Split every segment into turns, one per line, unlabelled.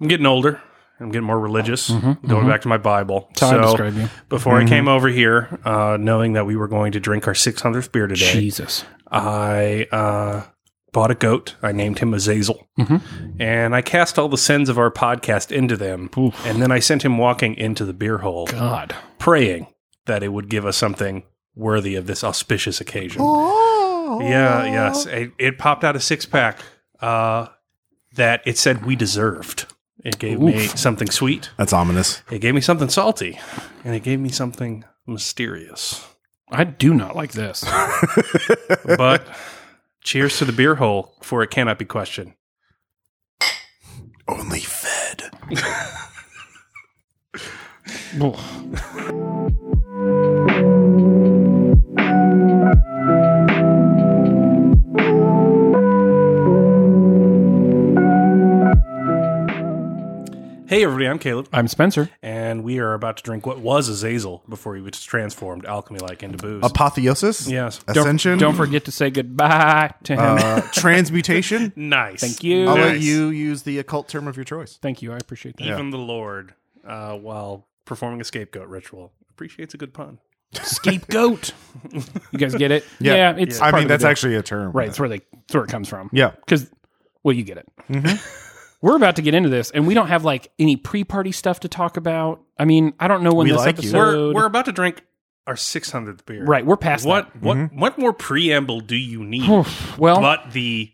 I'm getting older. I'm getting more religious, going back to my Bible.
That's how I describe you.
Before I came over here, uh, knowing that we were going to drink our 600th beer today,
Jesus.
I uh, bought a goat. I named him Azazel. And I cast all the sins of our podcast into them. And then I sent him walking into the beer hole,
God.
praying that it would give us something worthy of this auspicious occasion. Yeah, yes. It, it popped out a six pack uh, that it said we deserved. It gave me something sweet.
That's ominous.
It gave me something salty, and it gave me something mysterious.
I do not like this.
But cheers to the beer hole, for it cannot be questioned.
Only fed.
Ugh.
Hey, everybody, I'm Caleb,
I'm Spencer.
and we are about to drink what was Azazel before he was transformed alchemy like into booze.
Apotheosis?
Yes. Don't-
Ascension?
Don't forget to say goodbye to him.
uh, transmutation?
nice.
Thank you.
I'll let
Nice.
you use the occult term of your choice.
Thank you. I appreciate that.
Even the Lord, uh, while performing a scapegoat ritual, appreciates a good pun.
Scapegoat. you guys get it?
Yeah.
it's.
I
part
mean,
of the
that's
deal.
actually a term.
right. It's where they. It's where it comes from.
Yeah. Mm-hmm.
Because, well, you get it. We're about to get into this, and we don't have like any pre-party stuff to talk about. I mean, I don't know when
We
this
like you.
episode.
We're, we're about to drink our 600th beer.
right. We're past
What what
Mm-hmm.
what more preamble do you need?
That. Well,
but the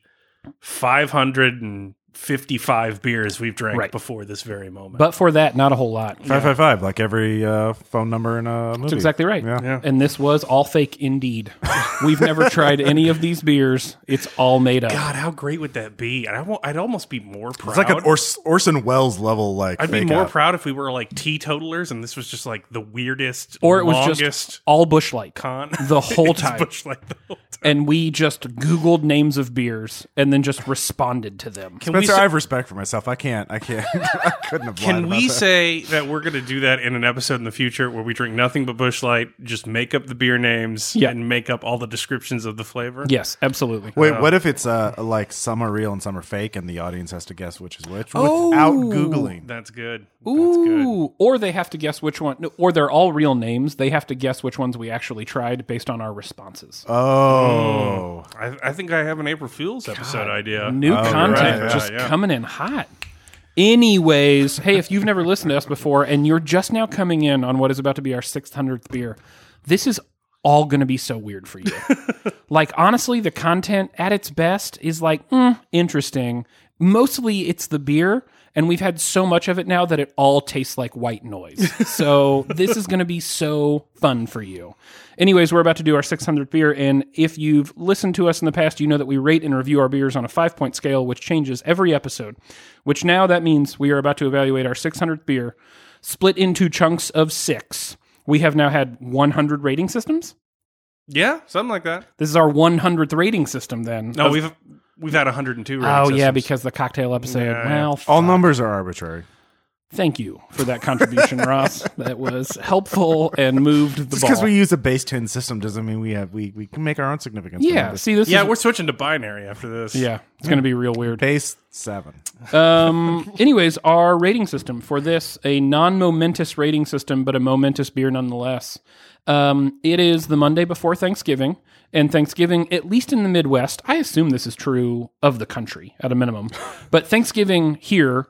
555 beers we've drank
Right.
before this very moment.
but for that, not a whole lot.
555, like every uh, phone number in a movie.
That's exactly right.
Yeah.
Yeah.
And this was all fake indeed. We've never tried any of these beers. It's all made up.
God, how great would that be? And I will I'd almost be more proud.
It's like an Ors- Orson Welles level, like.
I'd be
fake
more
out.
proud if we were like teetotalers and this was just like the weirdest
Or it was just
longest
all bushlight
con
the whole
It's
time.
Bush Light the whole time.
And we just Googled names of beers and then just responded to them.
Can we
Spencer, I
say,
have respect for myself. I can't. I can't. I couldn't have lied
can
about
we
that.
say that we're going to do that in an episode in the future where we drink nothing but Bush Light, just make up the beer names
Yeah.
and make up all the descriptions of the flavor?
Yes, absolutely.
Wait, what if it's uh, like some are real and some are fake, and the audience has to guess which is which without googling?
That's good. That's good.
Ooh, or they have to guess which one, no, or they're all real names. They have to guess which ones we actually tried based on our responses.
Oh,
I, I think I have an April Fool's episode idea. Uh,
New content
right, yeah,
just
yeah.
coming in hot. Anyways, hey, if you've never listened to us before and you're just now coming in on what is about to be our 600th beer, this is all going to be so weird for you. like, honestly, the content at its best is like, mm, interesting. Mostly it's the beer, and we've had so much of it now that it all tastes like white noise. so, this is going to be so fun for you. Anyways, we're about to do our 600th beer, and if you've listened to us in the past, you know that we rate and review our beers on a five point scale, which changes every episode, which now that means we are about to evaluate our 600th beer split into chunks of six. We have now had 100 rating systems.
Yeah, something like that.
This is our 100th rating system then.
No,
Of-
we've we've had 102. rating
Oh yeah,
systems.
because the cocktail episode.
Yeah, yeah. Oh.
well,
all
fuck.
numbers are arbitrary.
thank you for that contribution, Ross. That was helpful and moved the
Just
ball.
because we use a base ten system doesn't mean we have we, we can make our own significance. from
yeah,
this.
see this
yeah,
is
we're switching to binary after this.
yeah, it's going to be real weird.
base seven.
Um, anyways, our rating system for this, a non momentous rating system, but a momentous beer nonetheless. Um, it is the Monday before Thanksgiving, and Thanksgiving, at least in the Midwest, I assume this is true of the country at a minimum, but Thanksgiving here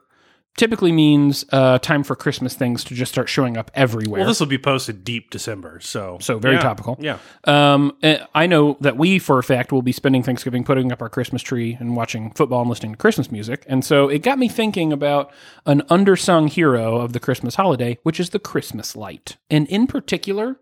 typically means uh, time for Christmas things to just start showing up everywhere.
Well, this will be posted deep December, so
So very
Yeah.
topical.
Yeah,
Um, eh, I know that we, for a fact, will be spending Thanksgiving putting up our Christmas tree and watching football and listening to Christmas music. And so it got me thinking about an undersung hero of the Christmas holiday, which is the Christmas light. And in particular,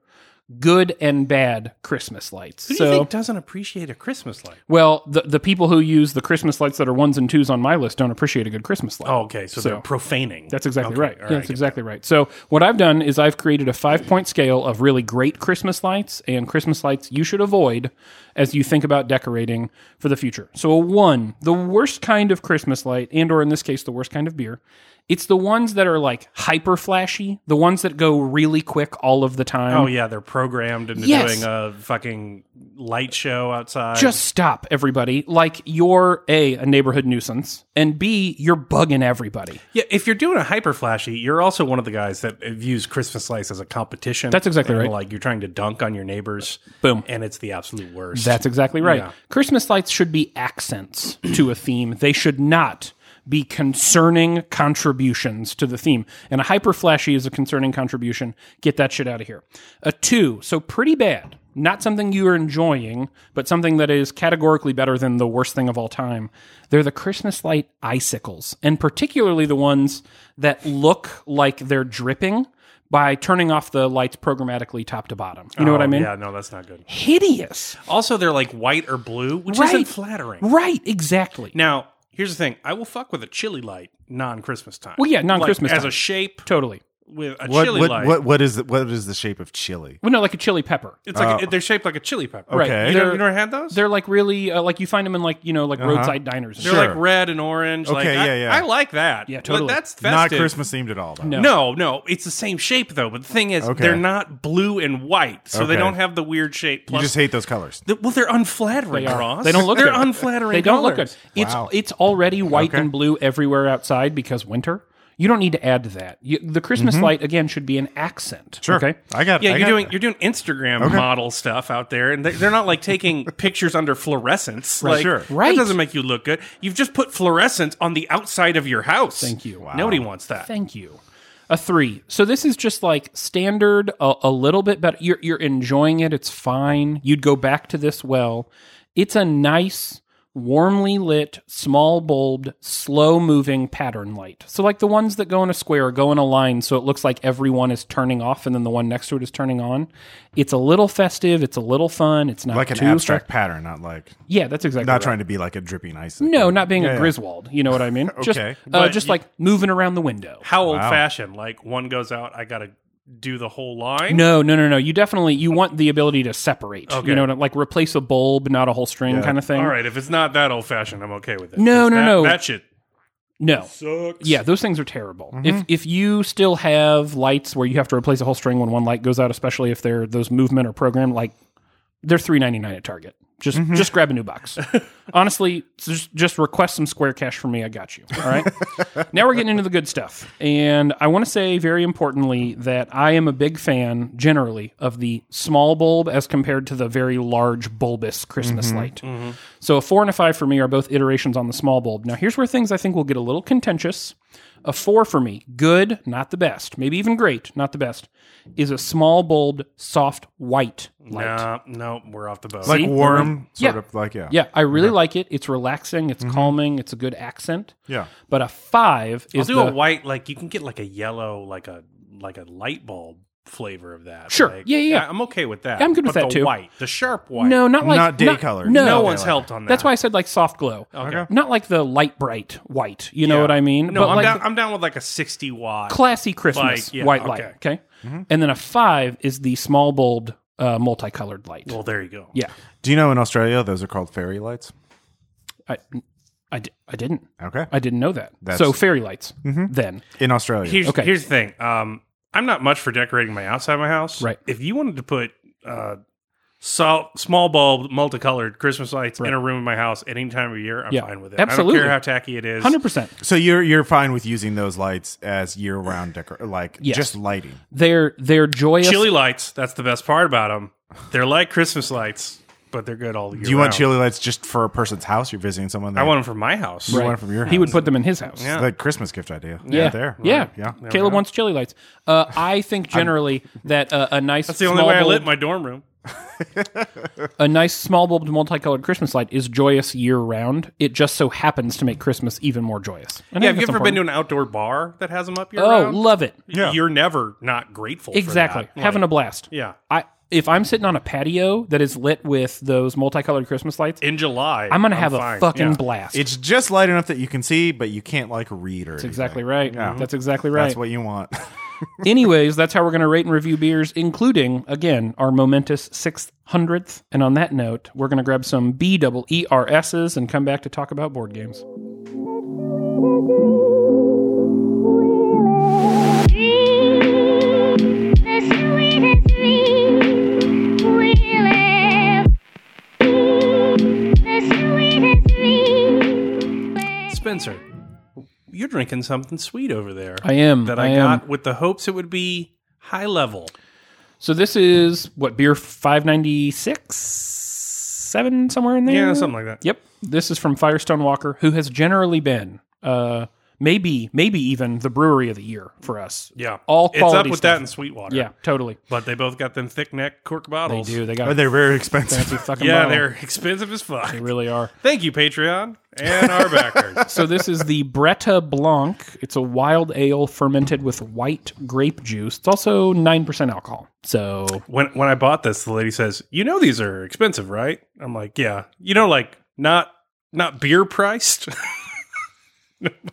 good and bad Christmas lights.
who do
so,
you think doesn't appreciate a Christmas light?
well, the, the people who use the Christmas lights that are ones and twos on my list don't appreciate a good Christmas light.
Oh, okay, so, they're profaning.
That's exactly
Okay,
right.
all
Yeah,
right,
that's exactly right. So what I've done is I've created a five point scale of really great Christmas lights and Christmas lights you should avoid as you think about decorating for the future. So a one, the worst kind of Christmas light, and or in this case, the worst kind of beer. It's the ones that are like hyper flashy, the ones that go really quick all of the time.
Oh yeah, they're programmed into
Yes.
doing a fucking light show outside.
Just stop, everybody. Like you're a a neighborhood nuisance, and B you're bugging everybody.
yeah, if you're doing a hyper flashy, you're also one of the guys that views Christmas lights as a competition.
That's exactly
And,
right.
Like you're trying to dunk on your neighbors.
Boom.
and it's the absolute worst.
That's exactly right.
Yeah.
Christmas lights should be accents to a theme. They should not be concerning contributions to the theme. And a hyper flashy is a concerning contribution. Get that shit out of here. A two, so pretty bad. Not something you are enjoying, but something that is categorically better than the worst thing of all time. They're the Christmas light icicles, and particularly the ones that look like they're dripping by turning off the lights programmatically top to bottom. You know what I
Oh,
mean?
Yeah, no, that's not good.
Hideous.
Also, they're like white or blue, which isn't
Right.
flattering.
Right, exactly.
Now, here's the thing: I will fuck with a chili light non-Christmas time.
Well, yeah, non-Christmas
Like, as
time.
a shape
Totally.
with a
What,
chili
what,
light.
what, what is the, what is the shape of chili?
Well, no, like a chili pepper.
It's like they're shaped like a chili pepper.
Right.
oh. Okay.
You,
They're,
never, you never had those?
they're like really, uh, like you find them in like, you know, like roadside diners. and
Uh-huh. They're
shit.
like red and orange. like,
Okay,
I,
yeah, yeah.
I like that.
Yeah,
But
totally.
that's festive.
Not Christmas themed at all. Though.
No.
No, no, it's the same shape though. But the thing is,
Okay.
they're not blue and white, so they
Okay.
don't have the weird shape.
you
Plus,
just hate those colors.
Th- well, they're unflattering,
They are.
Ross.
They don't look
They're
good.
unflattering.
They don't look good.
colors.
It's
Wow.
it's already white
Okay.
and blue everywhere outside because winter. You don't need to add to that. You, the Christmas light again should be an accent.
Sure.
Okay.
I got.
Yeah,
I
you're
got
doing
it.
you're doing Instagram model stuff out there, and they're, they're not like taking pictures under fluorescence. Like,
Sure.
Right.
That doesn't make you look good. You've just put fluorescence on the outside of your house.
Thank you. Wow.
Nobody wants that.
Thank you. A three. So this is just like standard, a, a little bit better. You're, you're enjoying it. It's fine. You'd go back to this well. It's a nice, warmly lit, small bulbed, slow moving pattern light. So, like the ones that go in a square or go in a line, so it looks like everyone is turning off and then the one next to it is turning on. It's a little festive. It's a little fun. It's not
like an
too
abstract
fe-
pattern, not like
yeah, that's exactly
not
right.
trying to be like a dripping ice.
No, not being
Yeah,
a
yeah.
Griswold. You know what I mean? Just,
Okay.
uh,
But
just
you-
like moving around the window.
How old fashioned? Like one goes out, I gotta do the whole line.
No, no, no, no. You definitely you want the ability to separate.
Okay.
You know, to, like replace a bulb, not a whole string kind of thing.
All right, if it's not that old fashioned, I'm okay with it.
No,
'Cause
no,
that,
no.
That shit
No.
sucks.
Yeah, those things are terrible. If if you still have lights where you have to replace a whole string when one light goes out, especially if they're those movement or programmed, like they're three ninety nine at Target. Just just grab a new box. Honestly, just just request some square cash from me. I got you. All right. now we're getting into the good stuff, and I want to say very importantly that I am a big fan generally of the small bulb as compared to the very large bulbous Christmas light. So a four and a five for me are both iterations on the small bulb. Now here's where things I think will get a little contentious. A four for me, good, not the best, maybe even great, not the best, is a small bulb, soft white light.
No, no, we're off the boat.
like
See?
warm, sort
Yeah.
of like yeah,
Yeah, I really like it. It's relaxing.
Mm-hmm.
It's calming. It's a good accent.
yeah.
But a five
I'll
is
do
the,
a white, like you can get like a yellow, like a like a light bulb flavor of that.
Sure.
Like,
Yeah, yeah, yeah.
I'm okay with that.
I'm good with
But
that,
the
too.
White, the sharp white.
no, not like
Not day color.
No,
no
Okay,
one's
like-
helped on that.
that's why I said like soft glow.
Okay.
Not like the light bright white. You know what I mean?
No,
but
I'm
like
down. I'm down with like a 60 watt.
classy Christmas
Like, yeah,
white
okay. Mm-hmm.
light. Okay. And then a five is the small bulb uh, multicolored light.
well, there you go.
yeah.
Do you know in Australia those are called fairy lights?
I, I, di- I didn't.
Okay,
I didn't know that.
That's-
so fairy lights
Mm-hmm.
then.
in Australia.
Here's
Okay.
here's the thing. Um, I'm not much for decorating my outside my house.
Right.
If you wanted to put uh, sol- small bulb, multicolored Christmas lights in a room in my house at any time of year, I'm
Yeah.
fine with it.
Absolutely.
I don't care how tacky it is.
100%.
so you're you're fine with using those lights as year round decor, like
Yes.
just lighting.
They're, they're joyous.
Chili lights. That's the best part about them. They're like Christmas lights, but they're good all year.
Do you want
round.
chili lights just for a person's house? You're visiting someone.
I want them for my house.
Right. one from your
He would
house.
put them in his house.
Yeah.
like Christmas gift idea.
Yeah.
Right there.
Yeah.
Right. yeah.
Caleb wants chili lights. Uh, I think generally that uh, a nice
That's the only
small
way I
bulb,
lit my dorm room.
a nice small bulbed multicolored Christmas light is joyous year round. It just so happens to make Christmas even more joyous.
Yeah,
And I think
have you
that's
ever been to
important.
an outdoor bar that has them up year
Oh,
round?
love it.
yeah. You're never not grateful. for
Exactly.
that.
Having
Like,
a blast.
yeah
I if I'm sitting on a patio that is lit with those multicolored Christmas lights,
in July.
I'm gonna have
fine.
a fucking
Yeah.
blast.
It's just light enough that you can see, but you can't like read or. anything.
exactly right. Mm-hmm.
Yeah.
That's exactly right.
That's what you want.
Anyways, that's how we're going to rate and review beers, including, again, our momentous 600th. And on that note, we're going to grab some B double E R S's and come back to talk about board games.
dream, the sweetest dream.
drinking something sweet over there
I am.
that
I,
I,
am.
got with the hopes it would be high level.
So this is what beer five ninety six, seven somewhere in there.
Yeah, something like that.
Yep. This is from Firestone Walker, who has generally been uh, maybe maybe even the brewery of the year for us.
Yeah.
All
it's up
quality
with
stuff.
that and Sweetwater.
Yeah, totally.
But they both got them thick neck cork
They
bottles.
do. They
But
got.
Oh, they're very expensive.
fancy fucking
Yeah,
bottle.
they're expensive as fuck.
They really are.
Thank you, Patreon and our backers.
So this is the Bretta Blanc. It's a wild ale fermented with white grape juice. It's also nine percent alcohol. So
when when I bought this, the lady says, "You know these are expensive, right?" I'm like, "Yeah." You know, like not not beer priced.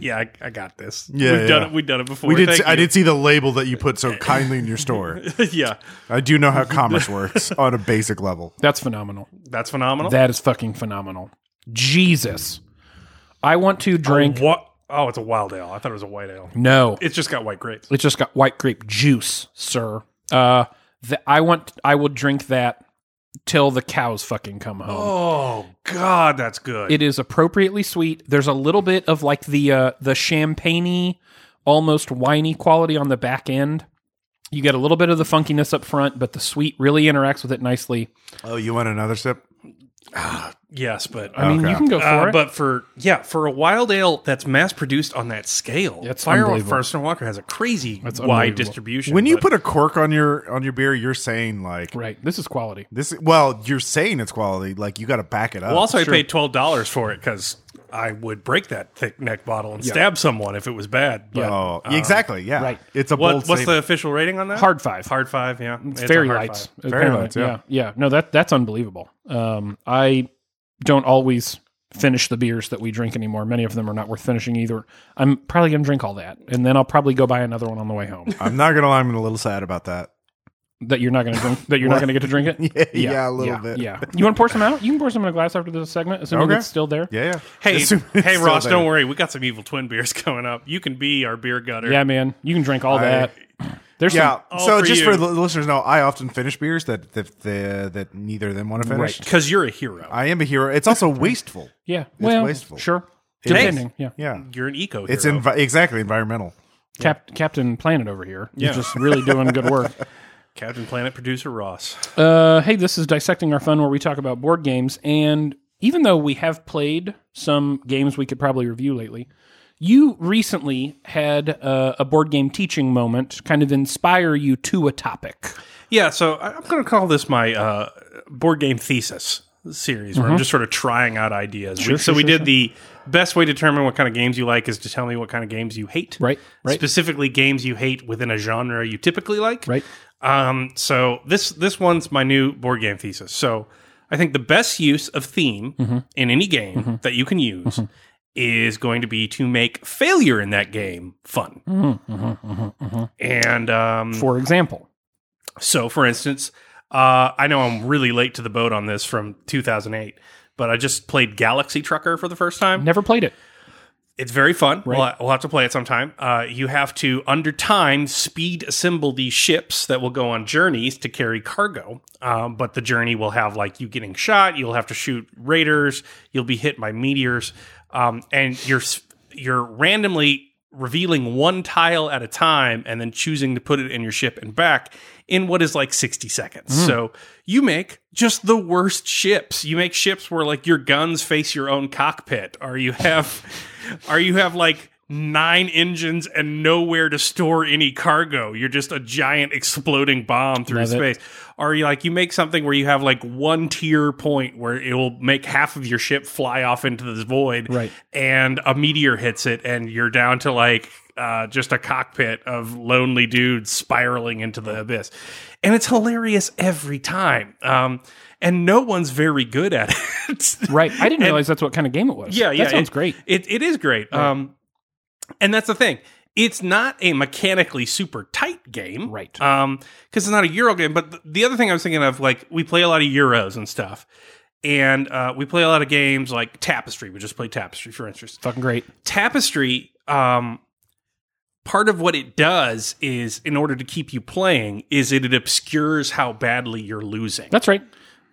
yeah, I, I got this.
Yeah,
we've done
yeah.
it. We've done it before.
we did.
Thank
See, I
you.
did see the label that you put so kindly in your store.
yeah,
I do know how commerce works on a basic level.
that's phenomenal.
that's phenomenal.
That is fucking phenomenal. Jesus. I want to drink.
What? Oh, it's a wild ale. I thought it was a white ale.
no,
It's just got white grapes.
it's just got white grape juice, sir. Uh, th- I want. I will drink that till the cows fucking come home.
Oh God, that's good.
It is appropriately sweet. There's a little bit of like the uh, the champagney, almost winey quality on the back end. You get a little bit of the funkiness up front, but the sweet really interacts with it nicely.
Oh, you want another sip?
yes, but
I mean,
Okay.
you can go for
Uh,
it.
but for yeah, for a wild ale that's mass produced on that scale,
That's
Fire
unbelievable.
First and Walker has a crazy wide
unbelievable.
distribution.
When you
but-
put a cork on your on your beer, you're saying like
right, this is quality.
this. Well, you're saying it's quality. Like you got to back it up.
well, also I paid twelve dollars for it because I would break that thick neck bottle and stab someone if it was bad. But
oh, exactly. Yeah,
right.
It's a
uh, what,
bold.
what's the official rating on that?
Hard five.
hard five. Yeah, it's a
fairy
hard
lights.
five.
Fairy
apparently.
lights, yeah.
yeah, yeah. No, that that's unbelievable. Um, I don't always finish the beers that we drink anymore. Many of them are not worth finishing either. I'm probably gonna drink all that, and then I'll probably go buy another one on the way home.
the? I'm not gonna lie. I'm a little sad about that.
that you're not gonna drink. That you're not gonna get to drink it.
Yeah, yeah, a little
yeah,
bit.
Yeah. You want to pour some out? You can pour some in a glass after this segment, assuming
Okay.
it's still there.
Yeah, yeah.
Hey,
Assume it's
hey,
still
Ross,
there.
don't worry. We got some evil twin beers coming up. You can be our beer gutter.
Yeah, man. You can drink all that. There's
Yeah.
All
So
for
just
you.
for the listeners, to know I often finish beers that that that, that neither of them want to finish.
because you're a hero.
I am a hero. It's also wasteful.
some. Yeah. Well,
wasteful.
sure.
is.
Depending. Yeah.
Yeah.
you're an eco.
It's
hero.
envi- exactly environmental.
Cap- Captain Planet over here.
Yeah.
You're just really doing good work.
Captain Planet producer Ross.
Uh, hey, this is Dissecting Our Fun, where we talk about board games. And even though we have played some games we could probably review lately, you recently had uh, a board game teaching moment kind of inspire you to a topic.
Yeah, so I- I'm going to call this my uh, board game thesis series, where
Mm-hmm.
I'm just sort of trying out ideas. We- so we did the best way to determine what kind of games you like is to tell me what kind of games you hate.
Right, right.
Specifically, games you hate within a genre you typically like.
Right.
Um, so this this one's my new board game thesis. So I think the best use of theme
Mm-hmm.
in any game that you can use. Is going to be to make failure in that game fun,
Mm. Mm-hmm,
and um,
For example,
so, for instance, uh, I know I'm really late to the boat on this from 2008, but I just played Galaxy Trucker for the first time.
never played it.
It's very fun. We'll, we'll have to play it sometime. Uh, you have to, under time, speed assemble these ships that will go on journeys to carry cargo. Um, but the journey will have like you getting shot. You'll have to shoot raiders. You'll be hit by meteors, um, and you're s- you're randomly revealing one tile at a time and then choosing to put it in your ship and back in what is like 60 seconds.
Mm.
So you make just the worst ships. You make ships where like your guns face your own cockpit or you have or you have like nine engines and nowhere to store any cargo. You're just a giant exploding bomb through
Love it.
space. Or you like you make something where you have like one tier point where it will make half of your ship fly off into this void
Right.
and a meteor hits it and you're down to like uh, just a cockpit of lonely dudes spiraling into the abyss and it's hilarious every time um, and no one's very good at it
Right. I didn't realize that's what kind of game it was.
yeah yeah
That sounds
it-
great.
it, it is great um, and that's the thing it's not a mechanically super tight game
Right.
um because it's not a euro game but th- the other thing i was thinking of like we play a lot of euros and stuff and uh, we play a lot of games like tapestry we just played tapestry for instance
Fucking great.
tapestry um part of what it does is in order to keep you playing is it, it obscures how badly you're losing
That's right.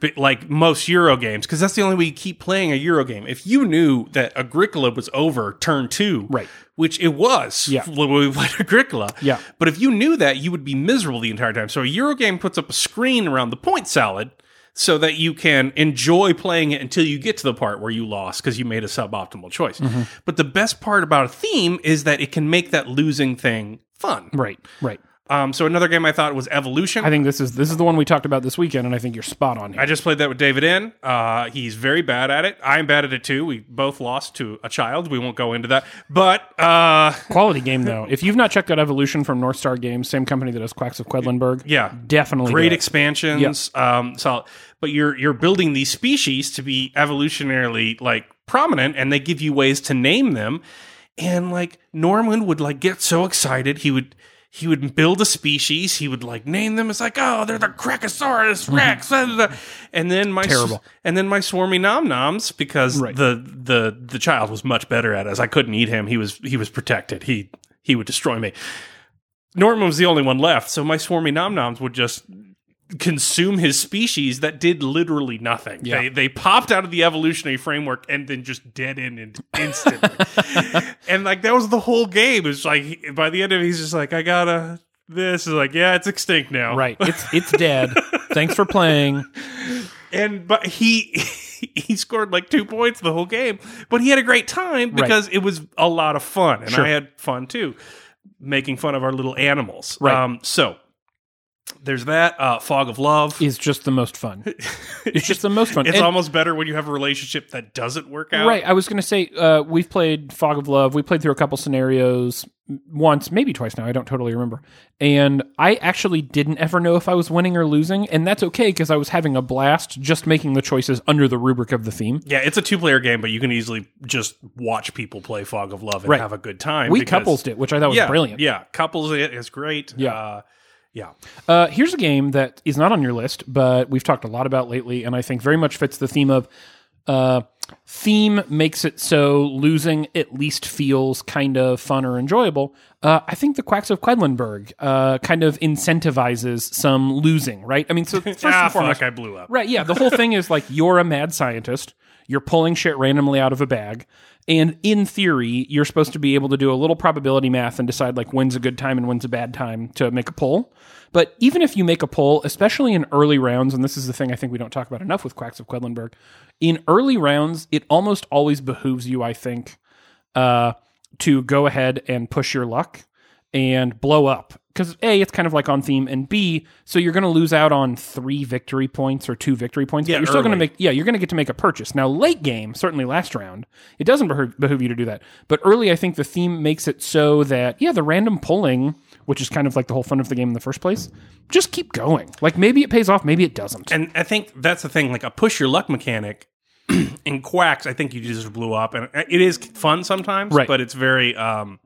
But like most Euro games, because that's the only way you keep playing a Euro game. If you knew that Agricola was over turn two,
Right.
which it was
Yeah.
when we played Agricola,
Yeah.
But if you knew that, you would be miserable the entire time. So a Euro game puts up a screen around the point salad so that you can enjoy playing it until you get to the part where you lost because you made a suboptimal choice.
Mm-hmm.
But the best part about a theme is that it can make that losing thing fun.
Right, right.
Um, so another game I thought was Evolution.
I think this is this is the one we talked about this weekend, and I think you're spot on. Here.
I just played that with David in. Uh, he's very bad at it. I'm bad at it too. We both lost to a child. We won't go into that. But uh,
Quality game though. If you've not checked out Evolution from North Star Games, same company that does Quacks of Quedlinburg,
yeah,
definitely
great
do it.
expansions. Um, so, but you're you're building these species to be evolutionarily like prominent, and they give you ways to name them. And like Norman would like get so excited, he would he would build a species. He would like name them. It's like oh, they're the Krakosaurus Rex. da, da, da. And then my s-
Mm-hmm. Terrible.
and then my swarmy nom noms because
Right.
the the the child was much better at us. I couldn't eat him. He was he was protected. He he would destroy me. Norman was the only one left, so my swarmy nom noms would just consume his species that did literally nothing. They they popped out of the evolutionary framework and then just dead in in- instantly. and like that was the whole game. It's like he- by the end of it, he's just like, I gotta this is like, yeah, it's extinct now.
Right. It's it's dead. Thanks for playing.
And but he he scored like two points the whole game. But he had a great time because it was a lot of fun. And
Sure.
I had fun too, making fun of our little animals.
Right.
Um so there's that uh, fog of love.
Is just the most fun. It's just the most fun.
It's
And-
almost better when you have a relationship that doesn't work out.
Right. I was going to say uh, we've played Fog of Love. We played through a couple scenarios m- once, maybe twice now. I don't totally remember. And I actually didn't ever know if I was winning or losing, and that's okay because I was having a blast just making the choices under the rubric of the theme.
Yeah, it's a two player game, but you can easily just watch people play Fog of Love and
Right.
have a good time.
We
because-
coupled it, which I thought was
yeah,
brilliant.
Yeah, couples it is great.
Yeah.
Uh, yeah.
Uh, here's a game that is not on your list, but we've talked a lot about lately, and I think very much fits the theme of uh, theme makes it so losing at least feels kind of fun or enjoyable. Uh, I think the Quacks of Quedlinburg uh, kind of incentivizes some losing, right? I mean, so first
ah,
and foremost,
fuck, I blew up.
Right, yeah. The whole thing is like you're a mad scientist. You're pulling shit randomly out of a bag. And in theory, you're supposed to be able to do a little probability math and decide like when's a good time and when's a bad time to make a poll. But even if you make a poll, especially in early rounds, and this is the thing I think we don't talk about enough with Quacks of Quedlinburg, in early rounds, it almost always behooves you, I think, uh, to go ahead and push your luck and blow up because a it's kind of like on theme and b so you're going to lose out on three victory points or two victory points but
Yeah,
you're still going to
early.
make yeah you're going to get to make a purchase now late game certainly last round it doesn't behoove, behoove you to do that but early i think the theme makes it so that yeah the random pulling which is kind of like the whole fun of the game in the first place just keep going like maybe it pays off maybe it doesn't
And I think that's the thing, like a push your luck mechanic in quacks, I think you just blew up. And uh, it is fun sometimes,
Right.
but it's very um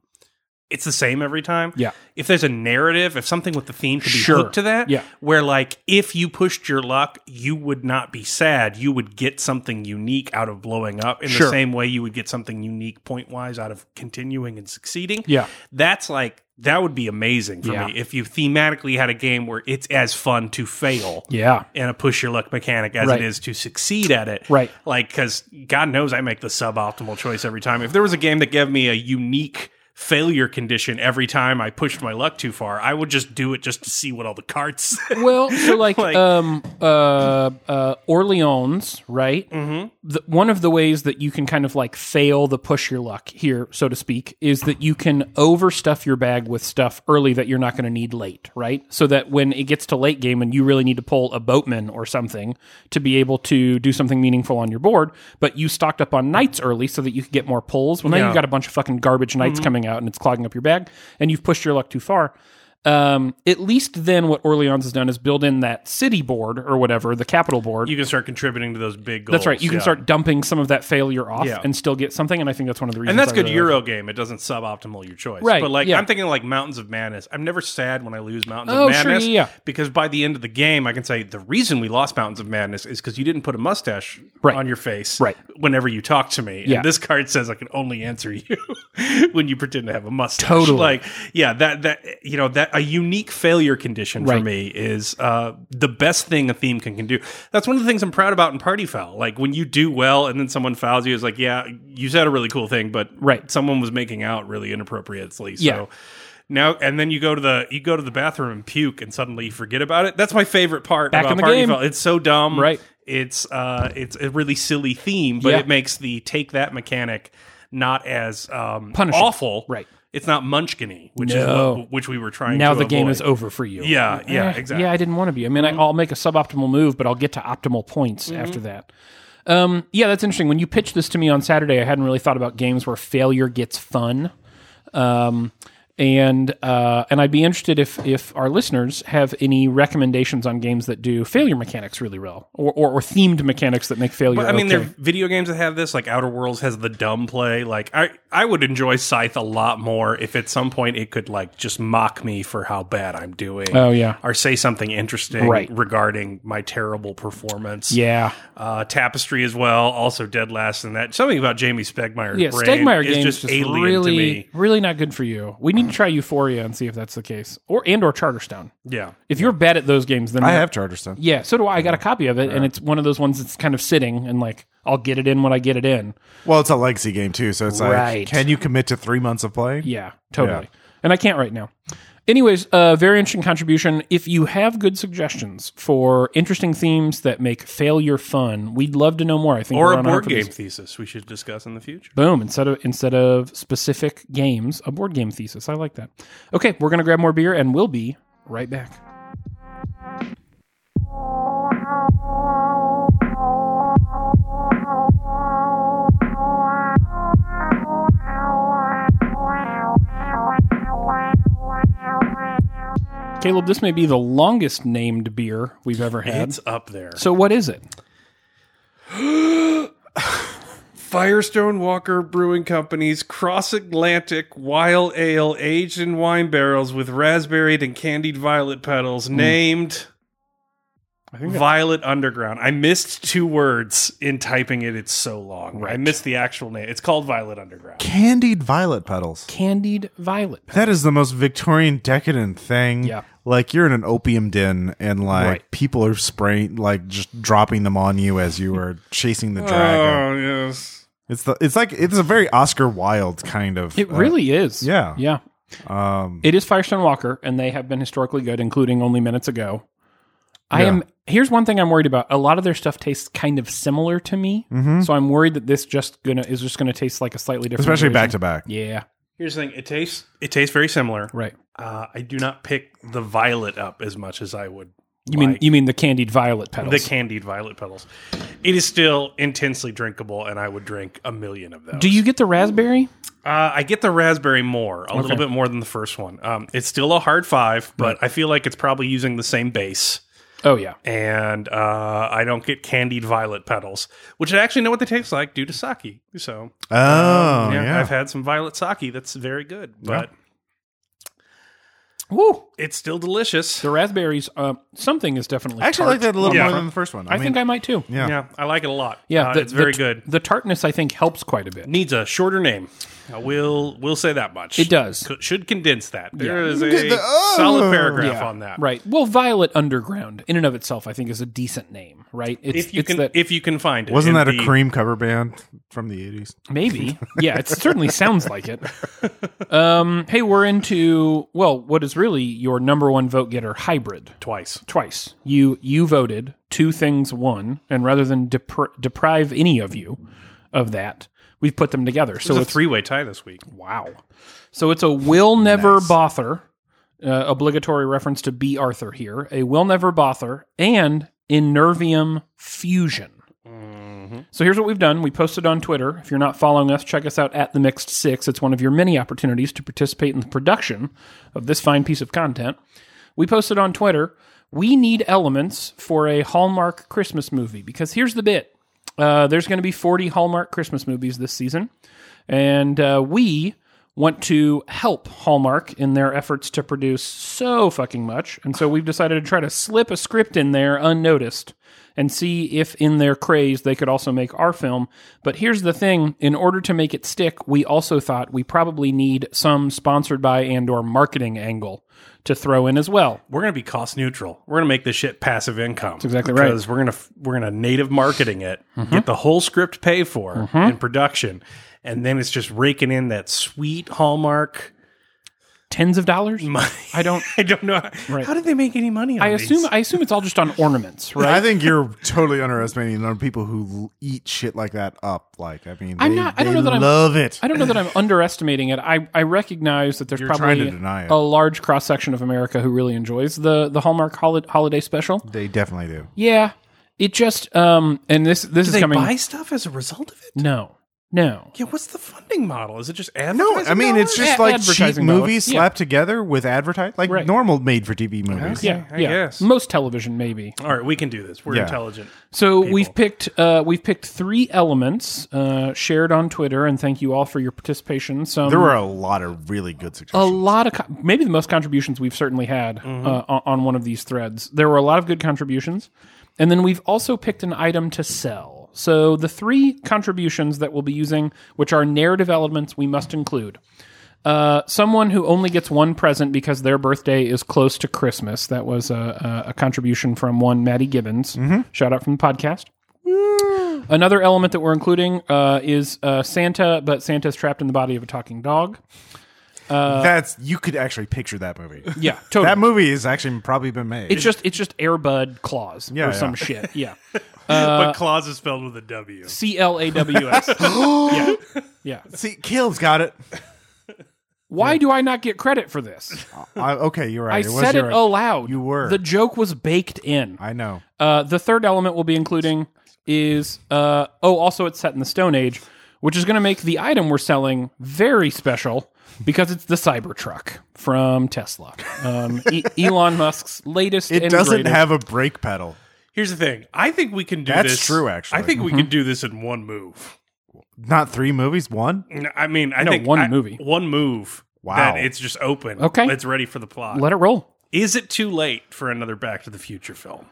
it's the same every time.
Yeah.
If there's a narrative, if something with the theme could be
Sure.
hooked to that,
Yeah.
where like if you pushed your luck, you would not be sad. You would get something unique out of blowing up in
Sure.
the same way you would get something unique point wise out of continuing and succeeding.
Yeah.
That's like that would be amazing for
Yeah.
me if you thematically had a game where it's as fun to fail
yeah
and a push your luck mechanic as
Right.
it is to succeed at it.
Right.
Like, because God knows I make the suboptimal choice every time. If there was a game that gave me a unique failure condition every time I pushed my luck too far, I would just do it just to see what all the cards said.
Well, so like,
Like-
um uh uh Orleans, right? Mm-hmm. The, one of the ways that you can kind of like fail the push your luck here, so to speak, is that you can overstuff your bag with stuff early that you're not going to need late, right? So that when it gets to late game and you really need to pull a boatman or something to be able to do something meaningful on your board, but you stocked up on knights early so that you could get more pulls. Well, now you've got a bunch of fucking garbage knights coming out and it's clogging up your bag, and you've pushed your luck too far um, at least then what Orleans has done is build in that city board or whatever, the capital board.
You can start contributing to those big goals.
that's right. You can
yeah.
start dumping some of that failure off
Yeah.
and still get something. And I think that's one of the reasons.
And that's
I
good
really like
Euro game. It doesn't suboptimal your choice.
Right,
But like
yeah.
I'm thinking like Mountains of Madness. I'm never sad when I lose Mountains
Oh,
of
sure,
Madness.
yeah, yeah.
Because by the end of the game I can say the reason we lost Mountains of Madness is because you didn't put a mustache
Right.
on your face
Right.
whenever you talk to me.
Yeah.
And this card says I can only answer you when you pretend to have a mustache.
Totally.
Like yeah, that that you know, that a unique failure condition for
Right.
me is uh, the best thing a theme can, can do. That's one of the things I'm proud about in Party Foul. Like when you do well and then someone fouls you, it's like, yeah, you said a really cool thing, but
Right.
someone was making out really inappropriately. So
Yeah.
now and then you go to the you go to the bathroom and puke and suddenly you forget about it. That's my favorite part
Back
about
in the
Party
game.
Foul. It's so dumb.
Right.
It's uh it's a really silly theme, but
Yeah.
it makes the take that mechanic not as um
Punishing.
awful.
Right.
It's not Munchkiny, which
No.
is what, which we were trying
now
to
the game
avoid.
is over for you.
Yeah, yeah,
Eh,
exactly. Mm-hmm.
Yeah, I didn't want to be. I mean, I, I'll make a suboptimal move, but I'll get to optimal points after that. Um, yeah, that's interesting. When you pitched this to me on Saturday, I hadn't really thought about games where failure gets fun. Um, and uh, and I'd be interested if if our listeners have any recommendations on games that do failure mechanics really well, or or, or themed mechanics that make failure.
I mean,
okay.
there are video games that have this. Like Outer Worlds has the dumb play. Like I, I would enjoy Scythe a lot more if at some point it could like just mock me for how bad I'm doing.
Oh, yeah.
or say something interesting
Right.
regarding my terrible performance.
yeah,
uh, Tapestry as well. Also Dead Last and that something about Jamie Stegmeyer's
yeah.
brain
Stegmeyer
is
games
just,
just
alien
really
to me.
really not good for you. We need to try Euphoria and see if that's the case, or and or Charterstone.
Yeah,
If you're bad at those games, then
I have Charterstone.
Yeah, so do I. I got a copy of it, and it's one of those ones that's kind of sitting, and like I'll get it in when I get it in.
Well, it's a legacy game too, so it's
Right.
like, can you commit to three months of playing?
Yeah, totally. And I can't right now. Anyways, uh, very interesting contribution. If you have good suggestions for interesting themes that make failure fun, we'd love to know more. I think
or
we're
a
on hunt
board
for
game
these.
thesis we should discuss in the future.
Boom! Instead of instead of specific games, a board game thesis. I like that. Okay, we're gonna grab more beer, and we'll be right back. Caleb, this may be the longest named beer we've ever had.
It's up there.
so, what is it?
Firestone Walker Brewing Company's Cross Atlantic Wild Ale aged in wine barrels with raspberry and candied violet petals named
Hmm. I
Violet Underground. I missed two words in typing it. It's so long. I missed the actual name. It's called Violet Underground.
Candied violet petals.
candied violet.
That is the most Victorian decadent thing.
Yeah.
Like you're in an opium den and like
Right.
people are spraying like just dropping them on you as you are chasing the dragon.
Uh.
Oh, yes.
It's the it's like it's a very Oscar Wilde kind of
It
uh,
really is.
yeah.
Yeah.
um
It is Firestone Walker, and they have been historically good, including only minutes ago. I am. Here's one thing I'm worried about. A lot of their stuff tastes kind of similar to me,
Mm-hmm.
so I'm worried that this just gonna is just gonna taste like a slightly different.
especially back
version.
to back.
Yeah.
Here's the thing. It tastes. It tastes very similar.
Right.
Uh, I do not pick the violet up as much as I would.
You mean
like.
you mean the candied violet petals?
the candied violet petals? It is still intensely drinkable, and I would drink a million of those.
Do you get the raspberry?
Uh, I get the raspberry more, a little bit more than the first one. Um, it's still a hard five, but I feel like it's probably using the same base.
Oh yeah.
And uh, I don't get candied violet petals, which I actually know what they taste like due to sake. So
Oh,
Um,
yeah.
I've had some violet sake that's very good, but
Woo.
it's still delicious.
The raspberries. Uh, something is definitely.
I actually
tart.
like that a little
Yeah.
more than the first one.
I,
I, mean,
think I might too.
yeah.
Yeah, I like it a lot.
Yeah,
Uh,
the-
it's very
the-
good.
The tartness I think helps quite a bit.
Needs a shorter name. I will will say that much.
It does.
C- should condense that. There
Yeah.
is a
Get the- oh!
solid paragraph on that.
Right. Well, Violet Underground, in and of itself, I think is a decent name, right? It's,
If you
it's
can,
that,
if you can find it,
Wasn't
in
that a
the-
cream cover band from the 80s?
maybe, yeah, it certainly sounds like it. Um, hey, we're into well, what is really your number one vote getter hybrid?
twice?
Twice you you voted two things won, and rather than depri- deprive any of you of that, we've put them together. So
It's a
it's
three way tie this week.
wow. So it's a will never bother, uh, obligatory reference to B. Arthur here, a will never bother, and Innervium fusion. So here's what we've done. We posted on Twitter. If you're not following us, check us out at The Mixed Six. It's one of your many opportunities to participate in the production of this fine piece of content. We posted on Twitter. We need elements for a Hallmark Christmas movie because here's the bit. Uh, there's going to be 40 Hallmark Christmas movies this season, and uh, we want to help Hallmark in their efforts to produce so fucking much. And so we've decided to try to slip a script in there unnoticed and see if in their craze they could also make our film. But here's the thing, in order to make it stick, we also thought we probably need some sponsored by and or marketing angle to throw in as well.
We're going to be cost neutral. We're going to make this shit passive income. That's
exactly right. Mm-hmm.
Because we're going to we're going to native marketing it, get the whole script paid for in production, and then it's just raking in that sweet hallmark
Tens of dollars?
money.
I don't
I don't know how did they make any money. on
I
these?
assume I assume it's all just on ornaments, right?
I think you're totally underestimating the number of people who l- eat shit like that up. Like, I mean,
I'm
they-
not- I don't
they
know that I'm-
love it.
I don't know that I'm underestimating it. I, I recognize that there's
You're
probably
trying to deny it.
a large cross section of America who really enjoys the the Hallmark holi- holiday special.
they definitely do.
Yeah, it just um and this this
Do
is
they
coming.
buy stuff as a result of it?
No, no.
Yeah, what's the funding model? Is it just
No, I mean, it's just
Yeah,
like cheap
advertising dollars.
movies
Yeah.
slapped together with advertising, like
Right.
normal made for TV movies.
Yeah,
I
yeah.
guess.
Most television, maybe.
all right. We can do this. We're
Yeah.
intelligent.
So we've picked uh, we've picked three elements uh, shared on Twitter, and thank you all for your participation. Some
There were a lot of really good
a
suggestions.
lot of co- maybe the most contributions we've certainly had uh, on- on one of these threads. There were a lot of good contributions, and then we've also picked an item to sell. So the three contributions that we'll be using, which are narrative elements, we must include. Uh, someone who only gets one present because their birthday is close to Christmas. That was a, a, a contribution from one Maddie Gibbons. Shout out from the podcast. Another element that we're including uh, is uh, Santa, but Santa's trapped in the body of a talking dog.
That's you could actually picture that movie.
Yeah, Uh, totally.
that movie has actually probably been made.
It's just it's just Airbud Claws
Yeah,
or
yeah.
some shit. Yeah.
but claws is spelled with a W.
C L A W S. Yeah. Yeah.
See, Caleb's got it.
Why do I not get credit for this?
I, okay, you're right.
I
it was
said it
your-
aloud.
You were.
The joke was baked in.
I know.
Uh, the third element we'll be including is uh, oh, also it's set in the Stone Age, which is going to make the item we're selling very special because it's the Cybertruck from Tesla, um, E- Elon Musk's latest.
It
and
doesn't
greatest-
have a brake pedal.
Here's the thing. I think we can do
That's
this.
true, actually.
I think we can do this in one move.
Not three movies, one.
N- I mean, I
No,
think
one
I-
movie.
one move.
Wow.
that it's just open.
Okay.
it's ready for the plot.
Let it roll.
Is it too late for another Back to the Future film?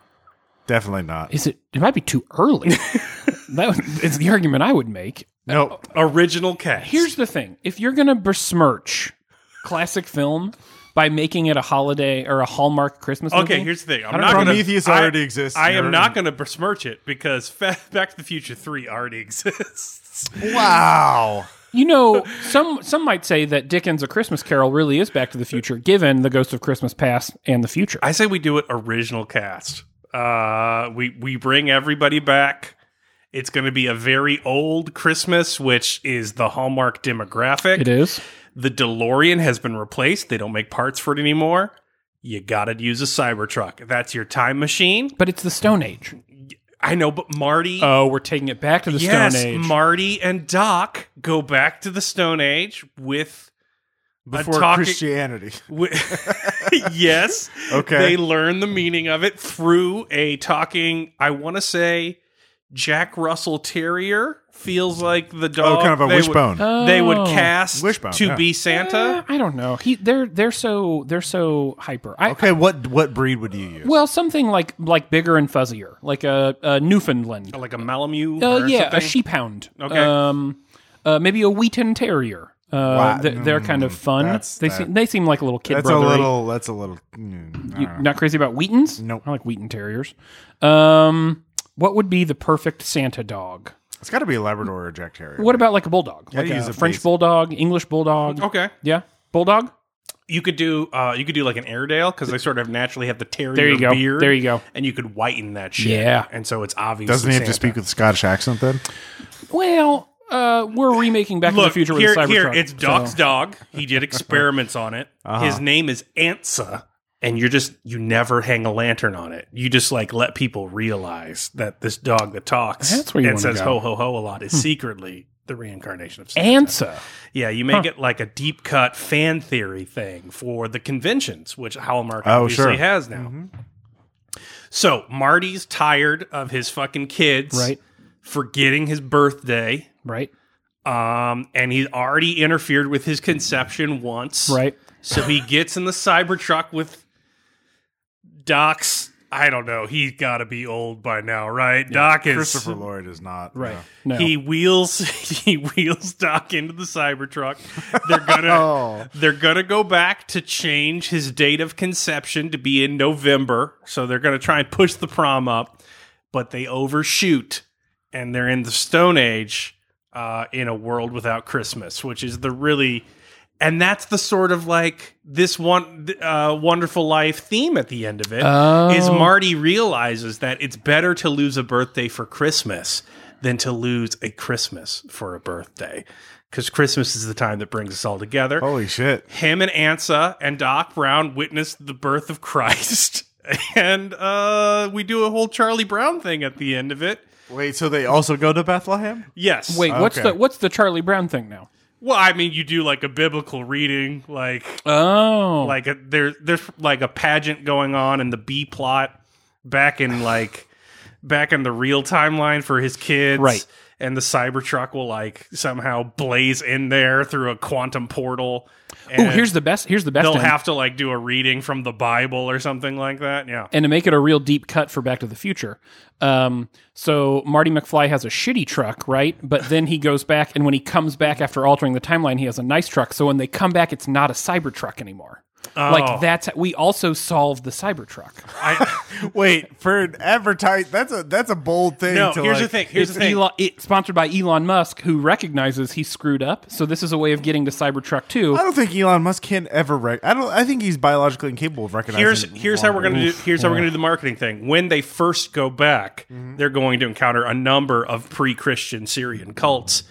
Definitely not.
is it it might be too early that is the argument i would make
No,
Original cast.
here's the thing if you're gonna besmirch classic film by making it a holiday or a hallmark christmas
okay.
movie,
Here's the thing. I'm
don't
not
know.
gonna,
Prometheus
I-
already exists.
I am
You're-
not going to besmirch it because Fa- Back to the Future Three already exists.
Wow.
you know some some might say that dickens a christmas carol really is back to the future given the ghost of christmas past and the future
I say we do it original cast. Uh, we we bring everybody back. It's going to be a very old Christmas, which is the hallmark demographic.
it is
The DeLorean has been replaced. They don't make parts for it anymore. You got to use a Cybertruck. That's your time machine.
but it's the stone age
I know, but Marty.
oh we're taking it back to the
yes,
stone age
Marty and Doc go back to the Stone Age with
Before
talking-
Christianity.
Wi- yes.
Okay.
They learn the meaning of it through a talking, I want to say, Jack Russell Terrier feels like the dog.
Oh, kind of a
they
wishbone.
Would, they would
Oh.
cast
Wishbone,
to
yeah.
be Santa.
Eh, I don't know. He they're they're so they're so hyper. I,
okay, what what breed would you use?
Well, something like like bigger and fuzzier, like a, a Newfoundland.
Like a Malamute.
Uh,
or
yeah, a
something.
sheephound.
Okay.
Um, uh, maybe a Wheaton Terrier. Uh, th- they're kind of fun.
mm, that's-
they
that-
seem they seem like a little kid.
That's a
brothery.
little. That's a little. mm, I
You
don't know.
not crazy about Wheatons.
Nope.
I like Wheaton Terriers. Um, what would be the perfect Santa dog?
It's got to be a Labrador or Jack Terrier.
What about like a bulldog? Like
use a
French
basic-
bulldog, English bulldog.
Oh, Okay.
Yeah, bulldog.
You could do uh, you could do like an Airedale because they sort of naturally have the terrier
There you go.
beard.
There you go.
And you could whiten that shit.
Yeah.
And so it's obvious.
Doesn't he have to speak with a Scottish accent then?
Well, uh, we're remaking Back to
Look,
the Future with
here,
a Cybertruck.
here it's
so- Uh-huh.
Doc's dog. He did experiments on it. His name is Ansa, and you're just you never hang a lantern on it. You just like let people realize that this dog that talks
That's where you
and
wanna
says
go. Hmm. Eh.
ho ho ho a lot is secretly the reincarnation of Santa.
Ansa.
yeah, you make it like a deep cut fan theory thing for the conventions, which Hallmark
Oh,
obviously
sure.
has now.
Mm-hmm.
So Marty's tired of his fucking kids
Right.
forgetting his birthday
Right.
Um, and he already interfered with his conception once.
right?
So he gets in the Cybertruck with Doc's. I don't know. He's got to be old by now, right? Doc is
Christopher Lloyd is not
Right.
no.
No.
He wheels he wheels Doc into the Cybertruck. They're gonna
Oh.
they're gonna go back to change his date of conception to be in November. So they're gonna try and push the prom up, but they overshoot and they're in the Stone Age uh, in a world without Christmas, which is the really and that's the sort of like this one uh, wonderful life theme at the end of it
Oh.
is Marty realizes that it's better to lose a birthday for Christmas than to lose a Christmas for a birthday because Christmas is the time that brings us all together.
Holy shit.
Him and Ansa and Doc Brown witnessed the birth of Christ, and uh, we do a whole Charlie Brown thing at the end of it.
Wait, so they also go to Bethlehem?
Yes.
Wait, what's
Okay.
the what's the Charlie Brown thing now?
Well, I mean, you do like a biblical reading, like
Oh,
like a, there's there's like a pageant going on in the B plot back in like back in the real timeline for his kids,
Right.
And the Cybertruck will like somehow blaze in there through a quantum portal.
oh, here's the best. Here's the best.
they'll
end.
have to like do a reading from the Bible or something like that. Yeah,
and to make it a real deep cut for Back to the Future. Um, so Marty McFly has a shitty truck, right? But then he goes back, and when he comes back after altering the timeline, he has a nice truck. So when they come back, it's not a Cybertruck anymore.
Oh.
Like that's we also solved the Cybertruck.
I,
Wait, for an advertise that's a that's a bold thing
no.
to
Here's the
like-
thing. Here's
it's
the thing.
Elon, it, sponsored by Elon Musk, who recognizes he screwed up. So this is a way of getting to Cybertruck too.
I don't think Elon Musk can ever rec- I don't I think he's biologically incapable of recognizing
here's here's how we're
longer.
gonna do here's how we're gonna do the marketing thing. When they first go back,
Mm-hmm.
they're going to encounter a number of pre-Christian Syrian cults,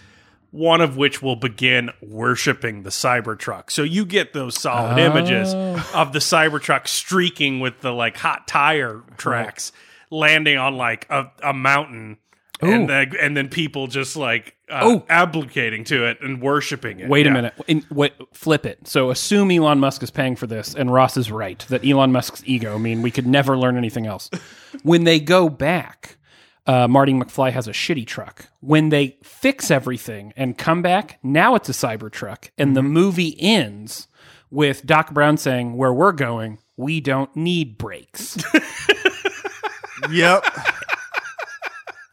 one of which will begin worshiping the Cybertruck. So you get those solid
Oh.
images of the Cybertruck streaking with the like hot tire tracks, landing on like a, a mountain. And then, and then people just like uh,
Oh.
abdicating to it and worshiping it.
Wait
Yeah.
a minute. In, wait, flip it. So assume Elon Musk is paying for this, and Ross is right that Elon Musk's ego. I mean, we could never learn anything else. when they go back, uh, Marty McFly has a shitty truck. When they fix everything and come back, now it's a Cybertruck, and the movie ends with Doc Brown saying, "Where we're going, we don't need brakes."
Yep.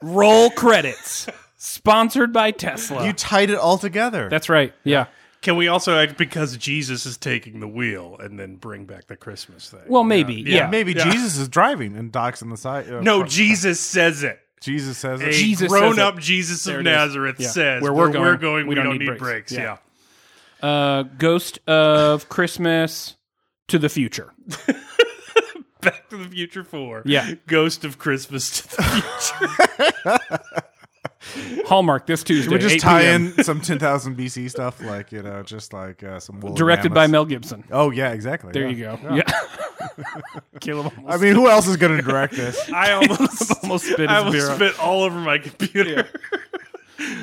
Roll credits. Sponsored by Tesla.
You tied it all together.
That's right. Yeah.
Can we also add because Jesus is taking the wheel and then bring back the Christmas thing?
Well, maybe.
Yeah.
yeah.
Maybe
Yeah.
Jesus is driving and Doc's on the side. uh,
no,
front.
Jesus says it.
Jesus says
A
it.
Jesus says
grown up
it.
Jesus
There
of
it is.
Nazareth
Yeah.
says where we're going, we're going we, don't, need,
brakes."
breaks.
Yeah.
Yeah.
uh, Ghost of Christmas to the Future.
Back to the Future 4.
Yeah.
Ghost of Christmas to the Future.
Hallmark this Tuesday.
Should we just
8
tie
p.m.
in some 10,000 BC stuff? Like, you know, just like uh, some. woolly
Directed by
mammoths?
Mel Gibson.
Oh, yeah, Oh. exactly.
There
yeah.
you go. Yeah. Caleb almost,
I mean, who else is going to direct this?
I almost,
almost spit
I
his
almost
beer out.
spit all over my computer.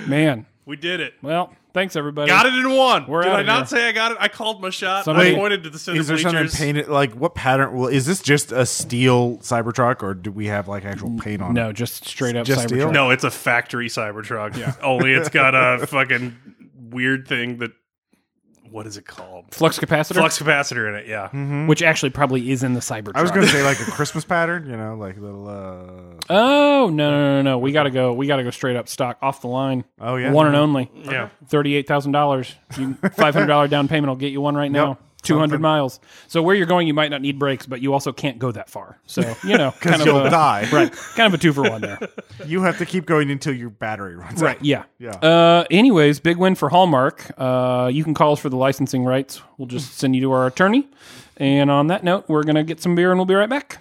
Man.
we did it.
Well, thanks everybody.
Got it in one.
We're
Did
outta
I not
here.
say I got it? I called my shot.
Somebody-
I pointed to the center
Is there something
bleachers.
painted? Like, what pattern? Well, is this just a steel Cybertruck, or do we have like actual paint on it?
No, just straight up
Just
Cybertruck.
deal?
No, it's a factory Cybertruck. Yeah. Only it's got a fucking weird thing that what is it called?
Flux capacitor, Mm-hmm.
Flux Mm-hmm. capacitor in it, yeah.
which actually probably is in the Cybertruck.
I was going to say like a Christmas pattern, you know, like little. Uh,
Oh no no no no! We gotta go. We gotta go straight up stock off the line.
Oh, yeah.
one and only.
Yeah.
thirty-eight thousand dollars. Five hundred dollar down payment will get you one right now. Two hundred miles. So where you're going, you might not need brakes, but you also can't go that far. So you know, kind of
you'll
a,
die.
Uh, Right, kind of a two for one there.
you have to keep going until your battery runs out.
Yeah.
Yeah.
Uh, anyways, big win for Hallmark. Uh, you can call us for the licensing rights. We'll just send you to our attorney. And on that note, we're gonna get some beer and we'll be right back.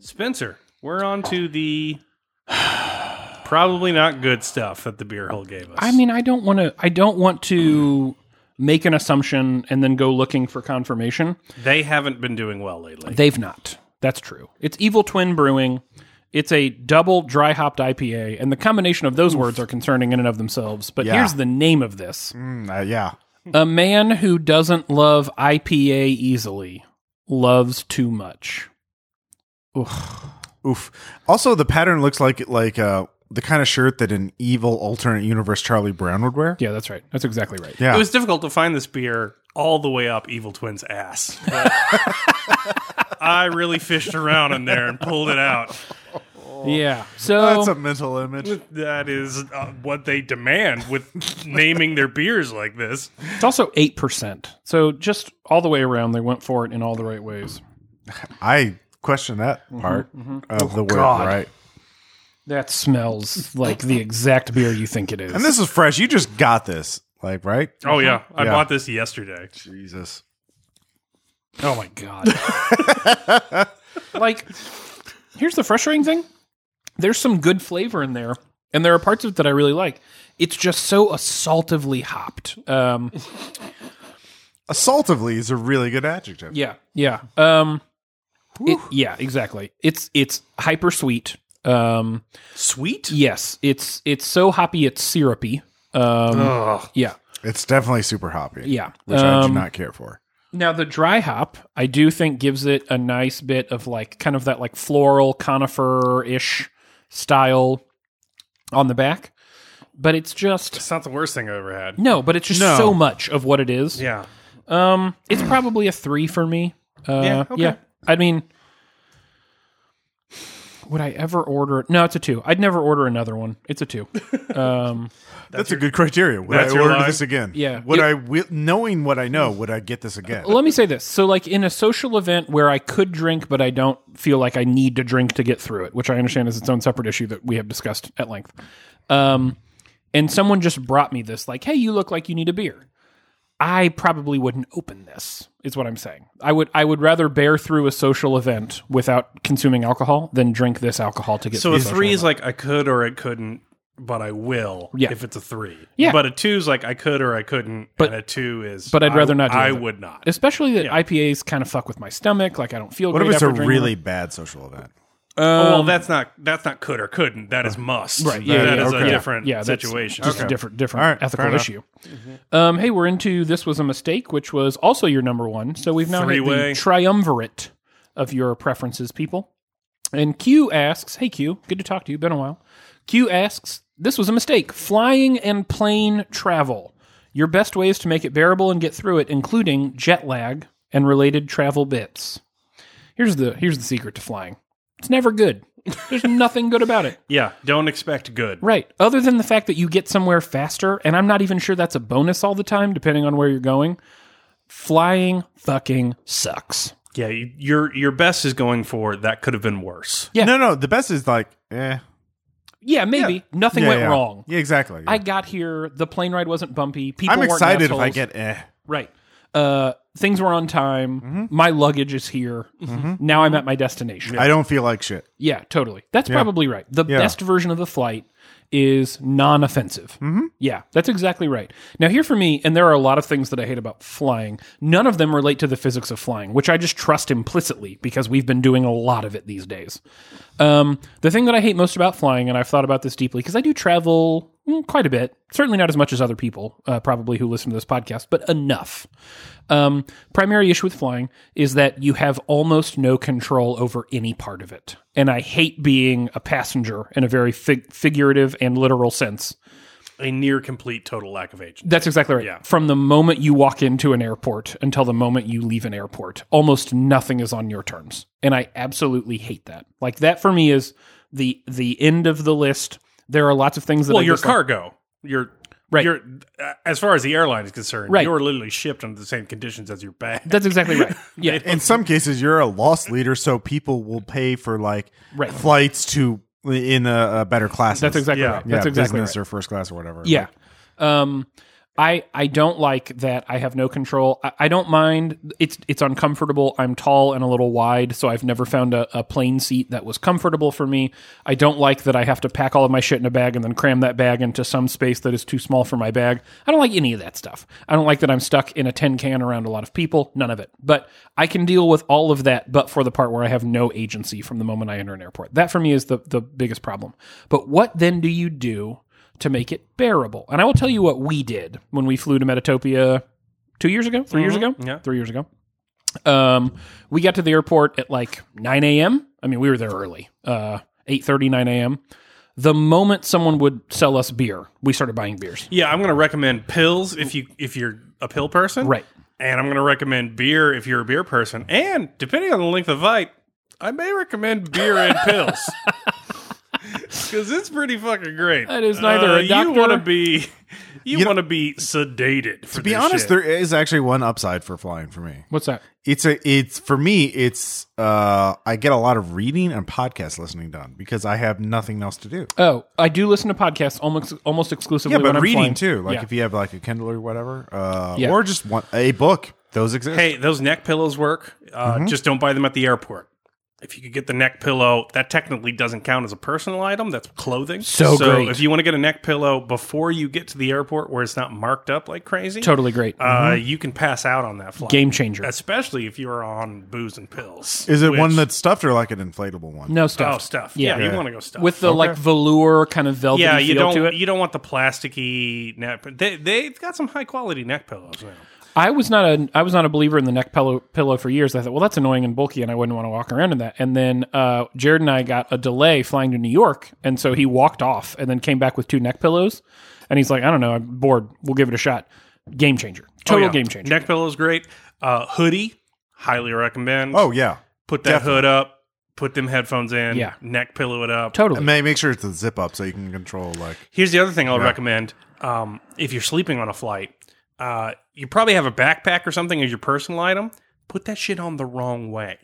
Spencer, we're on to the probably not good stuff that the beer hole gave us.
I mean, I don't want to. I don't want to make an assumption and then go looking for confirmation.
they haven't been doing well lately.
They've not. That's true. It's Evil Twin Brewing. It's a double dry hopped IPA, and the combination of those words are concerning in and of themselves. But
Yeah.
here's the name of this:
Mm, uh, yeah.
a man who doesn't love IPA easily loves too much.
Oof. Also, the pattern looks like like uh, the kind of shirt that an evil alternate universe Charlie Brown would wear.
Yeah, that's right. That's exactly right.
Yeah.
It was difficult to find this beer all the way up Evil Twin's ass. But I really fished around in there and pulled it out.
Yeah. So
That's a mental image.
That is uh, what they demand with naming their beers like this.
it's also 8%. So just all the way around, they went for it in all the right ways.
I question that part of the word,
Mm-hmm, Oh, God.
right?
That smells like the exact beer you think it is.
And this is fresh. You just got this, like, right?
Uh-huh.
Oh yeah, I
Yeah.
bought this yesterday.
Jesus.
oh my God. like, here's the frustrating thing there's some good flavor in there, and there are parts of it that I really like. It's just so assaultively hopped. Um,
Assaultively is a really good adjective.
Yeah, yeah. Um, it- yeah, exactly. It's it's hyper sweet. Um,
Sweet.
yes, it's it's so hoppy, it's syrupy. Um,
Ugh.
yeah,
It's definitely super hoppy.
yeah.
Which I do
Um,
not care for.
Now the dry hop, I do think gives it a nice bit of like kind of that like floral conifer ish style on the back, but it's just
It's not the worst thing I've ever had.
no, but it's just
No.
so much of what it is.
Yeah.
Um, it's probably a three for me. Uh, yeah,
Yeah, okay.
I mean, would I ever order? No, it's a two. I'd never order another one. It's a two. Um,
That's, a good criteria. Would I
that's your
order
line?
this again?
Yeah.
Would
You-
I, wi- knowing what I know, would I get this again?
let me say this. So, like in a social event where I could drink, but I don't feel like I need to drink to get through it, which I understand is its own separate issue that we have discussed at length. Um, and someone just brought me this, like, "Hey, you look like you need a beer." I probably wouldn't open this. Is what I'm saying. I would. I would rather bear through a social event without consuming alcohol than drink this alcohol to get.
So
through
a
the social
three
event.
is like I could or I couldn't, but I will.
Yeah.
If it's a three.
Yeah.
But a two is like I could or I couldn't,
But-
and a two is.
but I'd
I-
rather not do
I
that.
would not.
especially that IPAs kind of fuck with my stomach. Like I don't feel.
What if
great
it's a
after drinking
really
them.
bad social event?
Oh, well, that's not that's not could or couldn't. That is must.
Um, Right, yeah,
That
yeah,
is a
okay.
different
yeah that's
situation.
Just a
Okay.
different different
All right, fair
ethical
enough.
issue. Um, hey, we're into this was a mistake, which was also your number one. So we've now hit
Three-way.
the triumvirate of your preferences, people. And Q asks, "Hey Q, good to talk to you. Been a while." Q asks, "This was a mistake. Flying and plane travel. Your best ways to make it bearable and get through it, including jet lag and related travel bits." Here's the here's the secret to flying. It's never good. There's nothing good about it.
Yeah. Don't expect good.
Right. Other than the fact that you get somewhere faster, and I'm not even sure that's a bonus all the time, depending on where you're going. Flying fucking sucks.
Yeah. You, your your best is going for that could have been worse.
Yeah.
No, no. The best is like, eh.
Yeah, maybe nothing
Yeah,
went
yeah.
wrong.
Yeah, exactly.
I got here. The plane ride wasn't bumpy. People.
I'm
weren't
excited if I
assholes.
get eh.
right. Uh, things were on time.
Mm-hmm.
My luggage is here. Now I'm at my destination.
I don't feel like shit.
Yeah, totally. That's probably right. The
Yeah.
best version of the flight is non offensive. Mm-hmm. Yeah, that's exactly right. Now, here for me, and there are a lot of things that I hate about flying, none of them relate to the physics of flying, which I just trust implicitly because we've been doing a lot of it these days. Um, the thing that I hate most about flying, and I've thought about this deeply because I do travel mm, quite a bit, certainly not as much as other people, uh, probably who listen to this podcast, but enough. Um, primary issue with flying is that you have almost no control over any part of it. And I hate being a passenger in a very fig- figurative and literal sense.
A near complete total lack of agency.
That's exactly right.
Yeah.
From the moment you walk into an airport until the moment you leave an airport, almost nothing is on your terms. And I absolutely hate that. Like that for me is the the end of the list. There are lots of things that
Well,
I
your
dislike.
cargo. Your
Right.
Your, as far as the airline is concerned,
Right.
you're literally shipped under the same conditions as your bag.
That's exactly right. Yeah.
In some cases, you're a loss leader, so people will pay for like
Right.
flights to in a, a better class.
That's exactly
Yeah.
right.
yeah,
That's exactly right.
business or first class or whatever.
Yeah. Um, I I don't like that I have no control. I, I don't mind. It's it's uncomfortable. I'm tall and a little wide, so I've never found a, a plane seat that was comfortable for me. I don't like that I have to pack all of my shit in a bag and then cram that bag into some space that is too small for my bag. I don't like any of that stuff. I don't like that I'm stuck in a tin can around a lot of people. None of it. But I can deal with all of that, but for the part where I have no agency from the moment I enter an airport. That for me is the the biggest problem. But what then do you do? to make it bearable. And I will tell you what we did when we flew to Metatopia two years ago, 3 years ago,
yeah.
three years ago. Um, we got to the airport at like nine a.m. I mean, we were there early, uh, 8.30, 9 a.m. The moment someone would sell us beer, we started buying beers.
Yeah, I'm going to recommend pills if you if you're a pill person,
Right.
And I'm going to recommend beer if you're a beer person, and depending on the length of fight, I may recommend beer and pills because it's pretty fucking great. Uh,
That is neither a
You want to
doctor-
be you, want to be sedated. For
To be honest, there is actually one upside for flying for me.
What's that?
It's a it's for me, it's uh I get a lot of reading and podcast listening done because I have nothing else to do.
Oh, I do listen to podcasts almost almost exclusively.
Yeah,
when
but
I'm
reading
flying.
too. Like
Yeah.
if you have like a Kindle or whatever, uh
Yeah.
or just one a book. Those exist.
hey, those neck pillows work. Uh,
Mm-hmm.
Just don't buy them at the airport. If you could get the neck pillow, that technically doesn't count as a personal item. That's clothing.
So great.
if you want to get a neck pillow before you get to the airport where it's not marked up like crazy,
totally great.
uh,
Mm-hmm.
you can pass out on that flight.
Game changer.
Especially if you're on booze and pills.
Is it one
which-
that's stuffed or like an inflatable one?
no
oh
stuff.
stuff?
Yeah.
Yeah, you want to go stuff
With the like velour kind of velvety
yeah, you
feel to
don't
it.
you don't want the plasticky neck. They they've got some high quality neck pillows now. Oh,
I was not a I was not a believer in the neck pillow pillow for years. I thought, well, that's annoying and bulky, and I wouldn't want to walk around in that. And then uh, Jared and I got a delay flying to New York, and so he walked off and then came back with two neck pillows, and he's like, I don't know, I'm bored. We'll give it a shot. Game changer, total
Oh, Yeah.
game changer.
Neck pillow's great. Uh, hoodie, highly recommend.
Oh yeah.
put that hood up, put them headphones in,
Yeah.
neck pillow it up.
totally.
May make sure it's a zip up so you can control like
Here's the other thing I'll recommend: um, if you're sleeping on a flight, uh, you probably have a backpack or something as your personal item. Put that shit on the wrong way.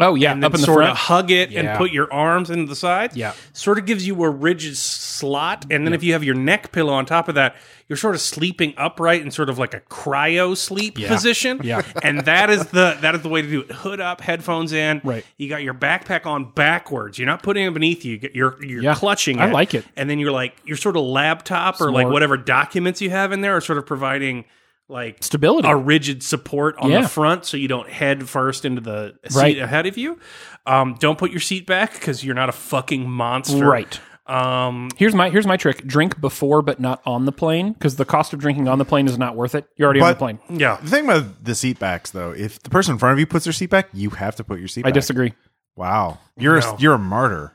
oh yeah,
and
up in the
sort of
front.
hug it
Yeah.
and put your arms into the side.
Yeah.
Sort of gives you a rigid slot. And then if you have your neck pillow on top of that, you're sort of sleeping upright in sort of like a cryo sleep position.
Yeah.
And that is the that is the way to do it. Hood up, headphones in.
Right.
You got your backpack on backwards. You're not putting it beneath you. You get- You're you're
Yeah.
clutching it.
I like it.
And then you're like your sort of laptop or like
Smart.
whatever documents you have in there are sort of providing like
Stability.
a rigid support on
Yeah.
the front so you don't head first into the seat
Right.
ahead of you. Um, don't put your seat back because you're not a fucking monster.
Right.
Um,
Here's my here's my trick: drink before, but not on the plane, because the cost of drinking on the plane is not worth it. You're already on the
But-
plane.
yeah.
the thing about the seat backs though, if the person in front of you puts their seat back, you have to put your seat
I
back.
disagree.
Wow. You're
No.
a, you're a martyr.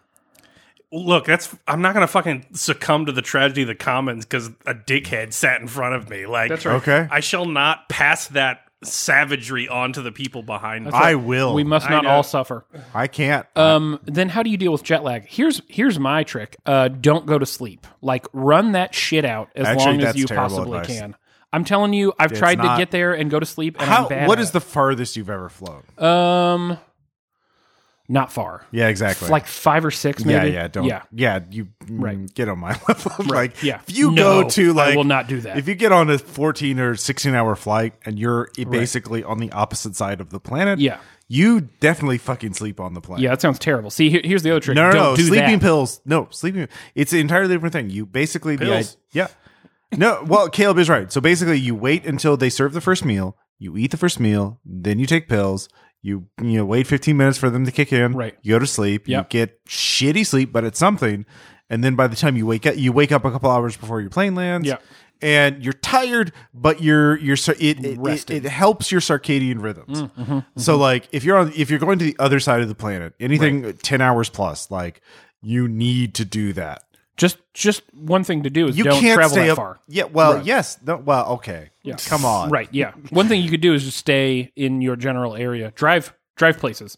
Look, that's I'm not gonna fucking succumb to the tragedy of the commons because a dickhead sat in front of me. Like that's
right.
Okay.
I shall not pass that savagery on to the people behind me.
I will.
We must
I
not
know.
all suffer.
I can't.
Um, then how do you deal with jet lag? Here's here's my trick. Uh, don't go to sleep. Like run that shit out as
Actually,
long as
that's
you
terrible
possibly
advice.
can. I'm telling you, I've tried to
not-
get there and go to sleep, and I'm
How,
bad.
what
at
is the farthest you've ever flown?
it. um, not far,
yeah, exactly.
like five or six,
yeah,
maybe.
yeah, don't.
Yeah,
Yeah, you mm,
Right.
get on my level. like,
yeah.
if you
No,
go to
I
like,
will not do that.
If you get on a 14 or 16 hour flight and you're i- basically on the opposite side of the planet,
Yeah.
you definitely fucking sleep on the planet.
yeah. That sounds terrible. See, here, here's the other trick.
No,
don't
no, no.
do
sleeping
that.
pills. No, sleeping. It's an entirely different thing. You basically the
Pills.
i- yeah. No, well, Caleb is right. So basically, you wait until they serve the first meal. You eat the first meal, then you take pills. You you know, wait 15 minutes for them to kick in.
Right.
You go to sleep.
Yep.
You get shitty sleep, but it's something. And then by the time you wake up, you wake up a couple hours before your plane lands.
Yeah.
And you're tired, but you're you're so it it, it,
Rested. Mm, mm-hmm,
it helps your circadian rhythms. So like if you're on if you're going to the other side of the planet, anything 10 hours plus, like you need to do that.
Just just one thing to do is
You
don't
can't
travel
stay
that
up.
far.
Yeah, well, yes. No, well, okay.
Yeah.
Come on.
Right. Yeah. One thing you could do is just stay in your general area. Drive drive places.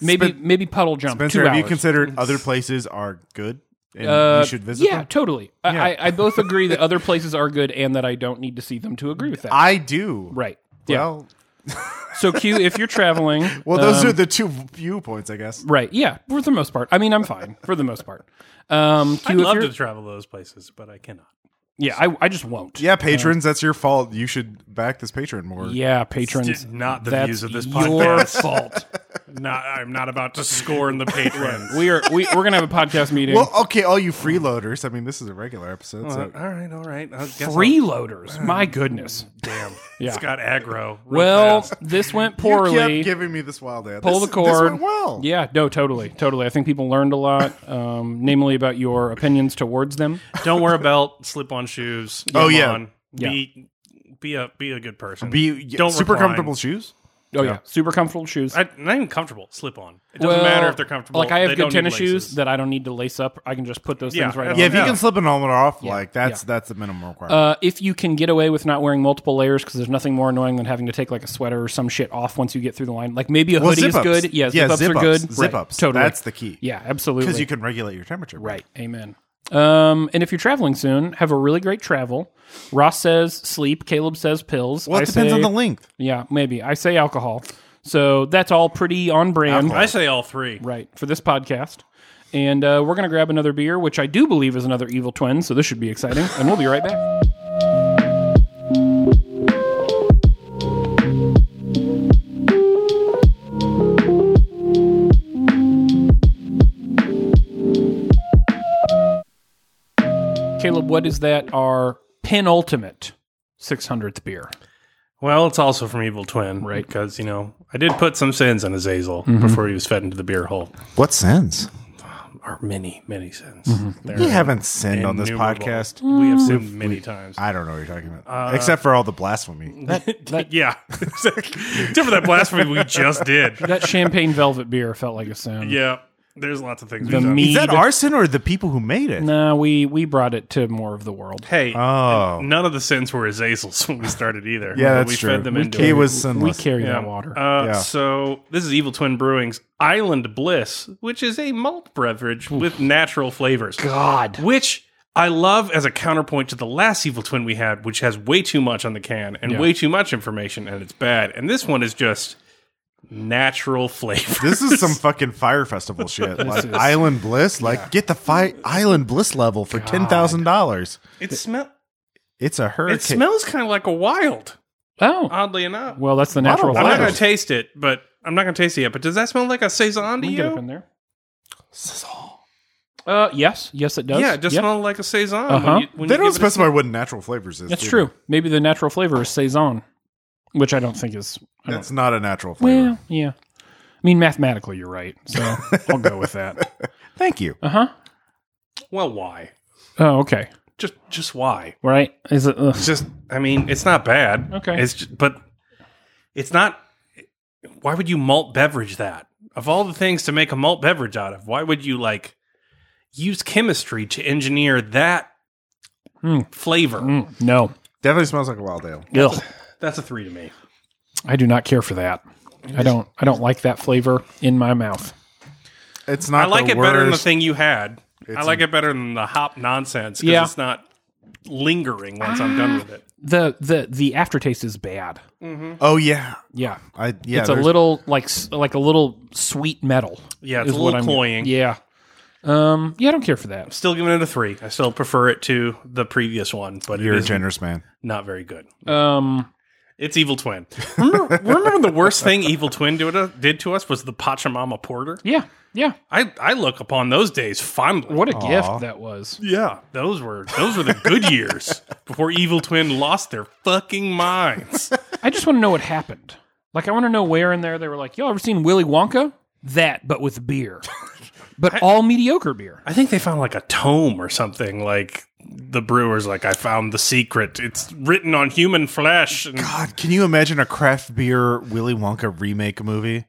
Maybe maybe puddle jump.
Spencer,
two
have you
hours.
considered other places are good and
Uh,
you should visit
Yeah,
them?
totally. I I, I both agree that other places are good and that I don't need to see them to agree with that.
I do.
right. Yeah.
Well,
So Q, if you're traveling,
well those
um,
are the two viewpoints, I guess.
right. Yeah, for the most part. I mean, I'm fine for the most part. Um, Q,
I'd
if
love
you're-
to travel to those places, but I cannot.
yeah, I, I just won't.
Yeah, patrons, that's your fault. You should back this patron more.
Yeah, patrons.
Did not the
that's
views of this
Your
podcast.
fault.
Not I'm not about to scorn the patrons.
We are we, we're gonna have a podcast meeting.
Well, okay, all you freeloaders. I mean, this is a regular episode. So
all right, all right. I guess I'll-
Freeloaders. My goodness.
Damn.
Yeah.
It's got aggro. real
Well,
fast.
this went
You
poorly.
kept giving me this wild ad.
Pull
this,
the cord.
This went well.
Yeah, no, totally, totally. I think people learned a lot, um, namely about your opinions towards them.
don't wear a belt, slip on shoes.
Oh,
come
yeah.
on,
Yeah.
Be Be a be a good person.
Be
Don't
super
recline.
comfortable shoes.
Oh yeah, super comfortable shoes.
I, not even comfortable. Slip on. It doesn't
Well,
matter if they're comfortable.
Like I have
They
good
don't need
tennis shoes
laces.
that I don't need to lace up. I can just put those
Yeah,
things right
that's-
on.
Yeah, if you
Yeah.
can slip an helmet off, like that's
Yeah.
that's the minimum requirement.
Uh, if you can get away with not wearing multiple layers, because there's nothing more annoying than having to take like a sweater or some shit off once you get through the line. Like maybe a
Well,
hoodie is
zip-ups.
good. Yeah, zip ups are
zip-ups.
good.
Zip
Right,
ups.
Totally.
That's the key.
yeah, absolutely.
Because you can regulate your temperature.
Right. Amen. Um, and if you're traveling soon, have a really great travel. Ross says sleep. Caleb says pills.
Well,
I
it depends
say-
on the length.
Yeah, maybe. I say alcohol. So that's all pretty on brand.
I say all three.
Right, for this podcast. And uh, we're going to grab another beer, which I do believe is another Evil Twin, so this should be exciting. And we'll be right back. Caleb, what is that? Our penultimate 600th beer.
Well, it's also from Evil Twin,
Right. Mm-hmm.
Because you know, I did put some sins on Azazel before he was fed into the beer hole.
What sins?
Or many, many sins.
Mm-hmm.
There
We
are
haven't sinned on this
innumerable.
podcast. Mm.
We have sinned many times.
I don't know what you're talking
Uh,
about, except for all the blasphemy.
yeah, except for that blasphemy we just did.
That champagne velvet beer felt like a sin.
Yeah, there's lots of things.
The
we've done.
meat-
Is that
Even-
our sin or the people who made it?
No, we we brought it to more of the world.
Hey,
Oh,
none of the sins were Azazel's when we started either.
yeah,
But
that's
we
true.
fed them into
he
it.
was sinless.
We carry
Yeah.
that water.
Uh,
Yeah.
So this is Evil Twin Brewing's Island Bliss, which is a malt beverage with natural flavors.
God.
which I love as a counterpoint to the last Evil Twin we had, which has way too much on the can and
Yeah.
way too much information, and it's bad. And this one is just natural flavor.
This is some fucking fire festival shit. Like
is-
Island Bliss, like get the fi- Island Bliss level for ten thousand dollars.
It smell.
It's a hurricane.
It smells kind of like a wild,
Oh.
oddly enough.
Well, that's the
don't
natural
know.
I'm not
wild.
going to
flavor.
taste it, but I'm not going to taste it yet. But does that smell like a saison to
We can get up in
you?
there. Uh, yes. Yes, it does.
Yeah, it just
Yep.
smelled like a saison.
Uh-huh.
When you, when
They
you give
don't
it a-
specify what natural flavors is.
That's
do
true. Maybe the natural flavor is Saison, which I don't think is. I
they?
don't,
That's not a natural flavor.
well, yeah. I mean, mathematically, you're right. So I'll go with that.
Thank you.
Uh huh.
well, why?
Oh, okay.
Just, just why?
Right? Is it. Ugh.
It's just, I mean, it's not bad.
Okay.
It's just, but it's not. Why would you malt beverage that? Of all the things to make a malt beverage out of, why would you like use chemistry to engineer that
Mm.
flavor?
Mm, no.
Definitely smells like a wild ale.
Ugh.
That's a three to me.
I do not care for that. I don't. I don't like that flavor in my mouth.
It's
I
not.
like
the
it better than the
worst.
thing you had. I
It's
like it better than the hop nonsense because
Yeah.
it's not lingering once I'm done with it.
The the the aftertaste is bad.
Oh yeah,
Yeah.
I yeah.
it's a
there's-
little like s- like a little sweet metal.
Yeah, it's
is
a
what
little
I'm-
cloying.
Yeah. Um. Yeah, I don't care for that.
Still giving it a three. I still prefer it to the previous one, but
You're
it
a
is
generous man.
not very good.
Um.
It's Evil Twin. Remember, remember the worst thing Evil Twin did, did to us was the Pachamama Porter?
Yeah. Yeah.
I, I look upon those days fondly.
What a
Aw.
gift that was.
Yeah, those were those were the good years before Evil Twin lost their fucking minds.
I just want to know what happened. Like, I want to know where in there they were like, "Y'all ever seen Willy Wonka? That, but with beer, but all mediocre beer."
I think they found like a tome or something. Like the brewers, like I found the secret. It's written on human flesh. And
God, can you imagine a craft beer Willy Wonka remake movie?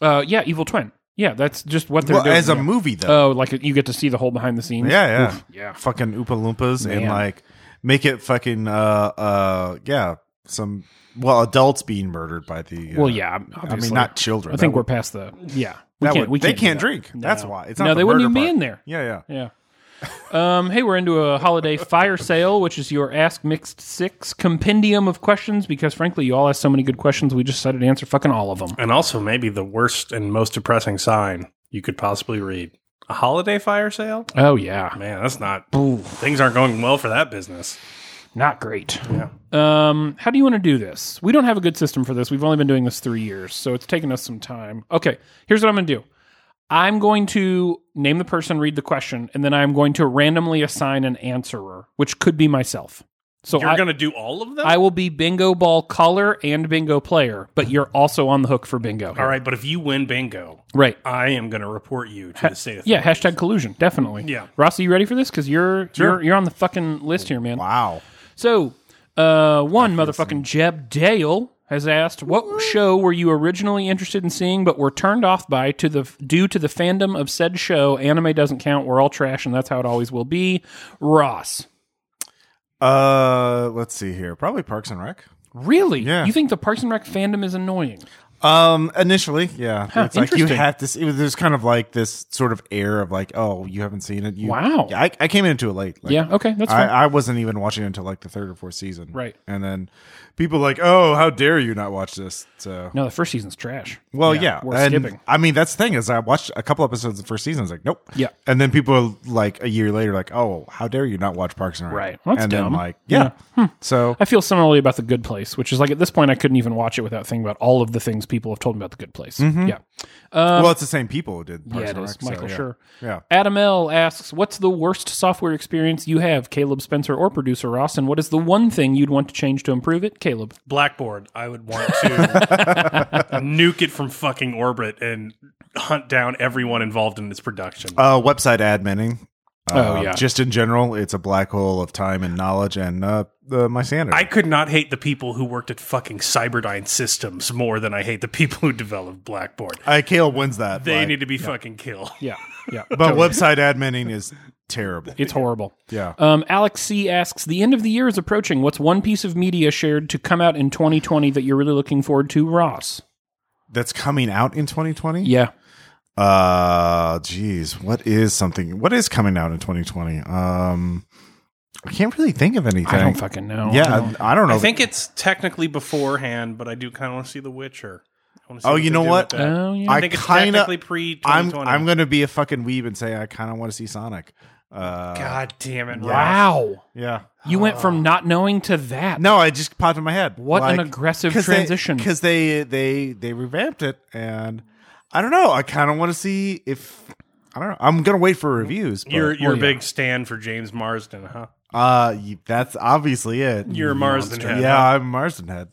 Uh. Yeah. Evil Twin. Yeah. That's just what they're
Well,
doing. Oh.
as a
yeah.
movie though.
Oh, like you get to see the whole behind the scenes.
yeah, yeah.
Yeah.
Fucking Oompa Loompas and
Man.
like make it fucking uh uh yeah some well adults being murdered by the uh,
Well, yeah.
I
obviously.
mean not children
I think
That
we're
would-
past the. Yeah. We
that
can't.
would-
we
they
can't, do
can't
that.
drink that's why it's not
no,
the
they wouldn't even
murder
be
part.
in there.
yeah yeah
Yeah. Um, hey, we're into a holiday fire sale, which is your Ask Mixed Six compendium of questions because, frankly, you all asked so many good questions, we just decided to answer fucking all of them.
and also maybe the worst and most depressing sign you could possibly read: a holiday fire sale.
Oh, yeah.
Man, that's not
Ooh,
things aren't going well for that business.
not great.
Yeah.
Um, how do you want to do this? We don't have a good system for this. We've only been doing this three years, so it's taken us some time. Okay, here's what I'm going to do I'm going to name the person, read the question, and then I'm going to randomly assign an answerer, which could be myself. So
You're
I,
going to do all of them?
I will be bingo ball caller and bingo player, but you're also on the hook for bingo.
all right, but if you win bingo,
Right.
I am going to report you to the state of
Yeah, hashtag collusion, definitely.
Yeah.
Ross, are you ready for this? Because you're, you're you're on the fucking list here, man.
wow
So Uh, one motherfucking Jeb Dale has asked, "What show were you originally interested in seeing, but were turned off by to the due to the fandom of said show? Anime doesn't count. We're all trash, and that's how it always will be." Ross,
Uh, let's see here. Probably Parks and Rec.
really?
Yeah.
You think the Parks and Rec fandom is annoying?
Um, initially, yeah, it's like you
interesting.
had this. It was there's kind of like this sort of air of like, oh, you haven't seen it. You,
Wow.
Yeah, I, I came into it late. Like,
yeah. Okay, that's
I,
fine.
I wasn't even watching it until like the third or fourth season.
Right.
And then people like, oh, how dare you not watch this? So,
no, the first season's trash.
well, yeah.
we're
and,
skipping.
I mean, that's the thing is I watched a couple episodes of the first season. I was like, nope.
Yeah.
And then people are like a year later, like, oh, how dare you not watch Parks and Rec?
Right. Well, that's
and
dumb. Hmm.
then like, yeah. So,
I feel similarly about The Good Place, which is like at this point I couldn't even watch it without thinking about all of the things people have told me about The Good Place.
Mm-hmm.
Yeah.
well, it's the same people who did Parks
Uh, Yeah, it
and Rec.
is. Michael
so, yeah.
Schur.
Yeah.
Adam L asks, "What's the worst software experience you have, Caleb Spencer or producer Ross? And what is the one thing you'd want to change to improve it, Caleb?"
Blackboard, I would want to nuke it from fucking orbit and hunt down everyone involved in its production.
Uh, website adminning.
Oh,
Um,
yeah.
Just in general, it's a black hole of time and knowledge and uh, uh, my sanity.
I could not hate the people who worked at fucking Cyberdyne Systems more than I hate the people who developed Blackboard.
I Kale wins that.
They
like-
need to be fucking killed.
Yeah, yeah,
but website adminning is terrible.
it's horrible.
Yeah.
Um, Alex C asks, "The end of the year is approaching. What's one piece of media shared to come out in 2020 that you're really looking forward to, Ross?"
That's coming out in 2020.
Yeah,
Uh, geez, what is something? What is coming out in 2020? Um, I can't really think of anything.
I don't fucking know.
yeah, I don't, know.
I think it's technically beforehand, but I do kind of want to see The Witcher. I wanna see
Oh,
they
you know
do
what?
with that.
Oh yeah.
I
I think it's
kinda-
technically pre
I'm
2020.
I'm going to be a fucking weeb and say I kind of want to see Sonic. Uh,
God damn it, Ross.
wow.
Yeah.
You went from not knowing to that.
No, it just popped in my head.
What an aggressive transition.
Because they, they they revamped it, and I don't know. I kind of want to see if I don't know. I'm gonna wait for reviews. But,
You're you're
Oh,
a
yeah.
big stand for James Marsden, huh?
uh, you- that's obviously it.
You're a Mm, Marsden head.
yeah,
huh?
I'm Marsden head.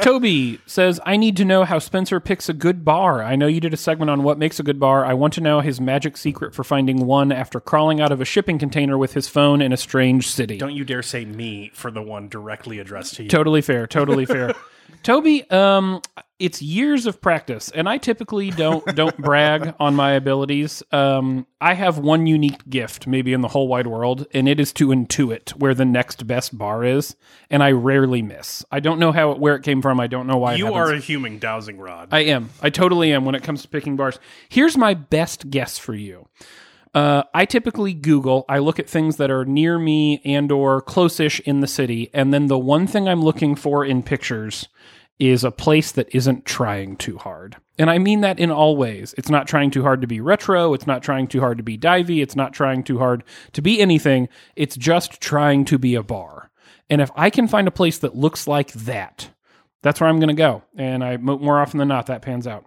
Toby says, I need to know how Spencer picks a good bar. I know you did a segment on what makes a good bar. I want to know his magic secret for finding one after crawling out of a shipping container with his phone in a strange city.
Don't you dare say me for the one directly addressed to you.
Totally fair. Totally fair. Toby, um, it's years of practice, and I typically don't don't brag on my abilities. Um, I have one unique gift, maybe in the whole wide world, and it is to intuit where the next best bar is, and I rarely miss. I don't know how it, where it came from. I don't know why. it
you
happens.
are a human dowsing rod.
I am. I totally am when it comes to picking bars. Here's my best guess for you. Uh, I typically Google. I look at things that are near me and or close-ish in the city, and then the one thing I'm looking for in pictures is a place that isn't trying too hard. And I mean that in all ways. It's not trying too hard to be retro. It's not trying too hard to be divey. It's not trying too hard to be anything. It's just trying to be a bar. And if I can find a place that looks like that, that's where I'm going to go. And I mo- more often than not, that pans out.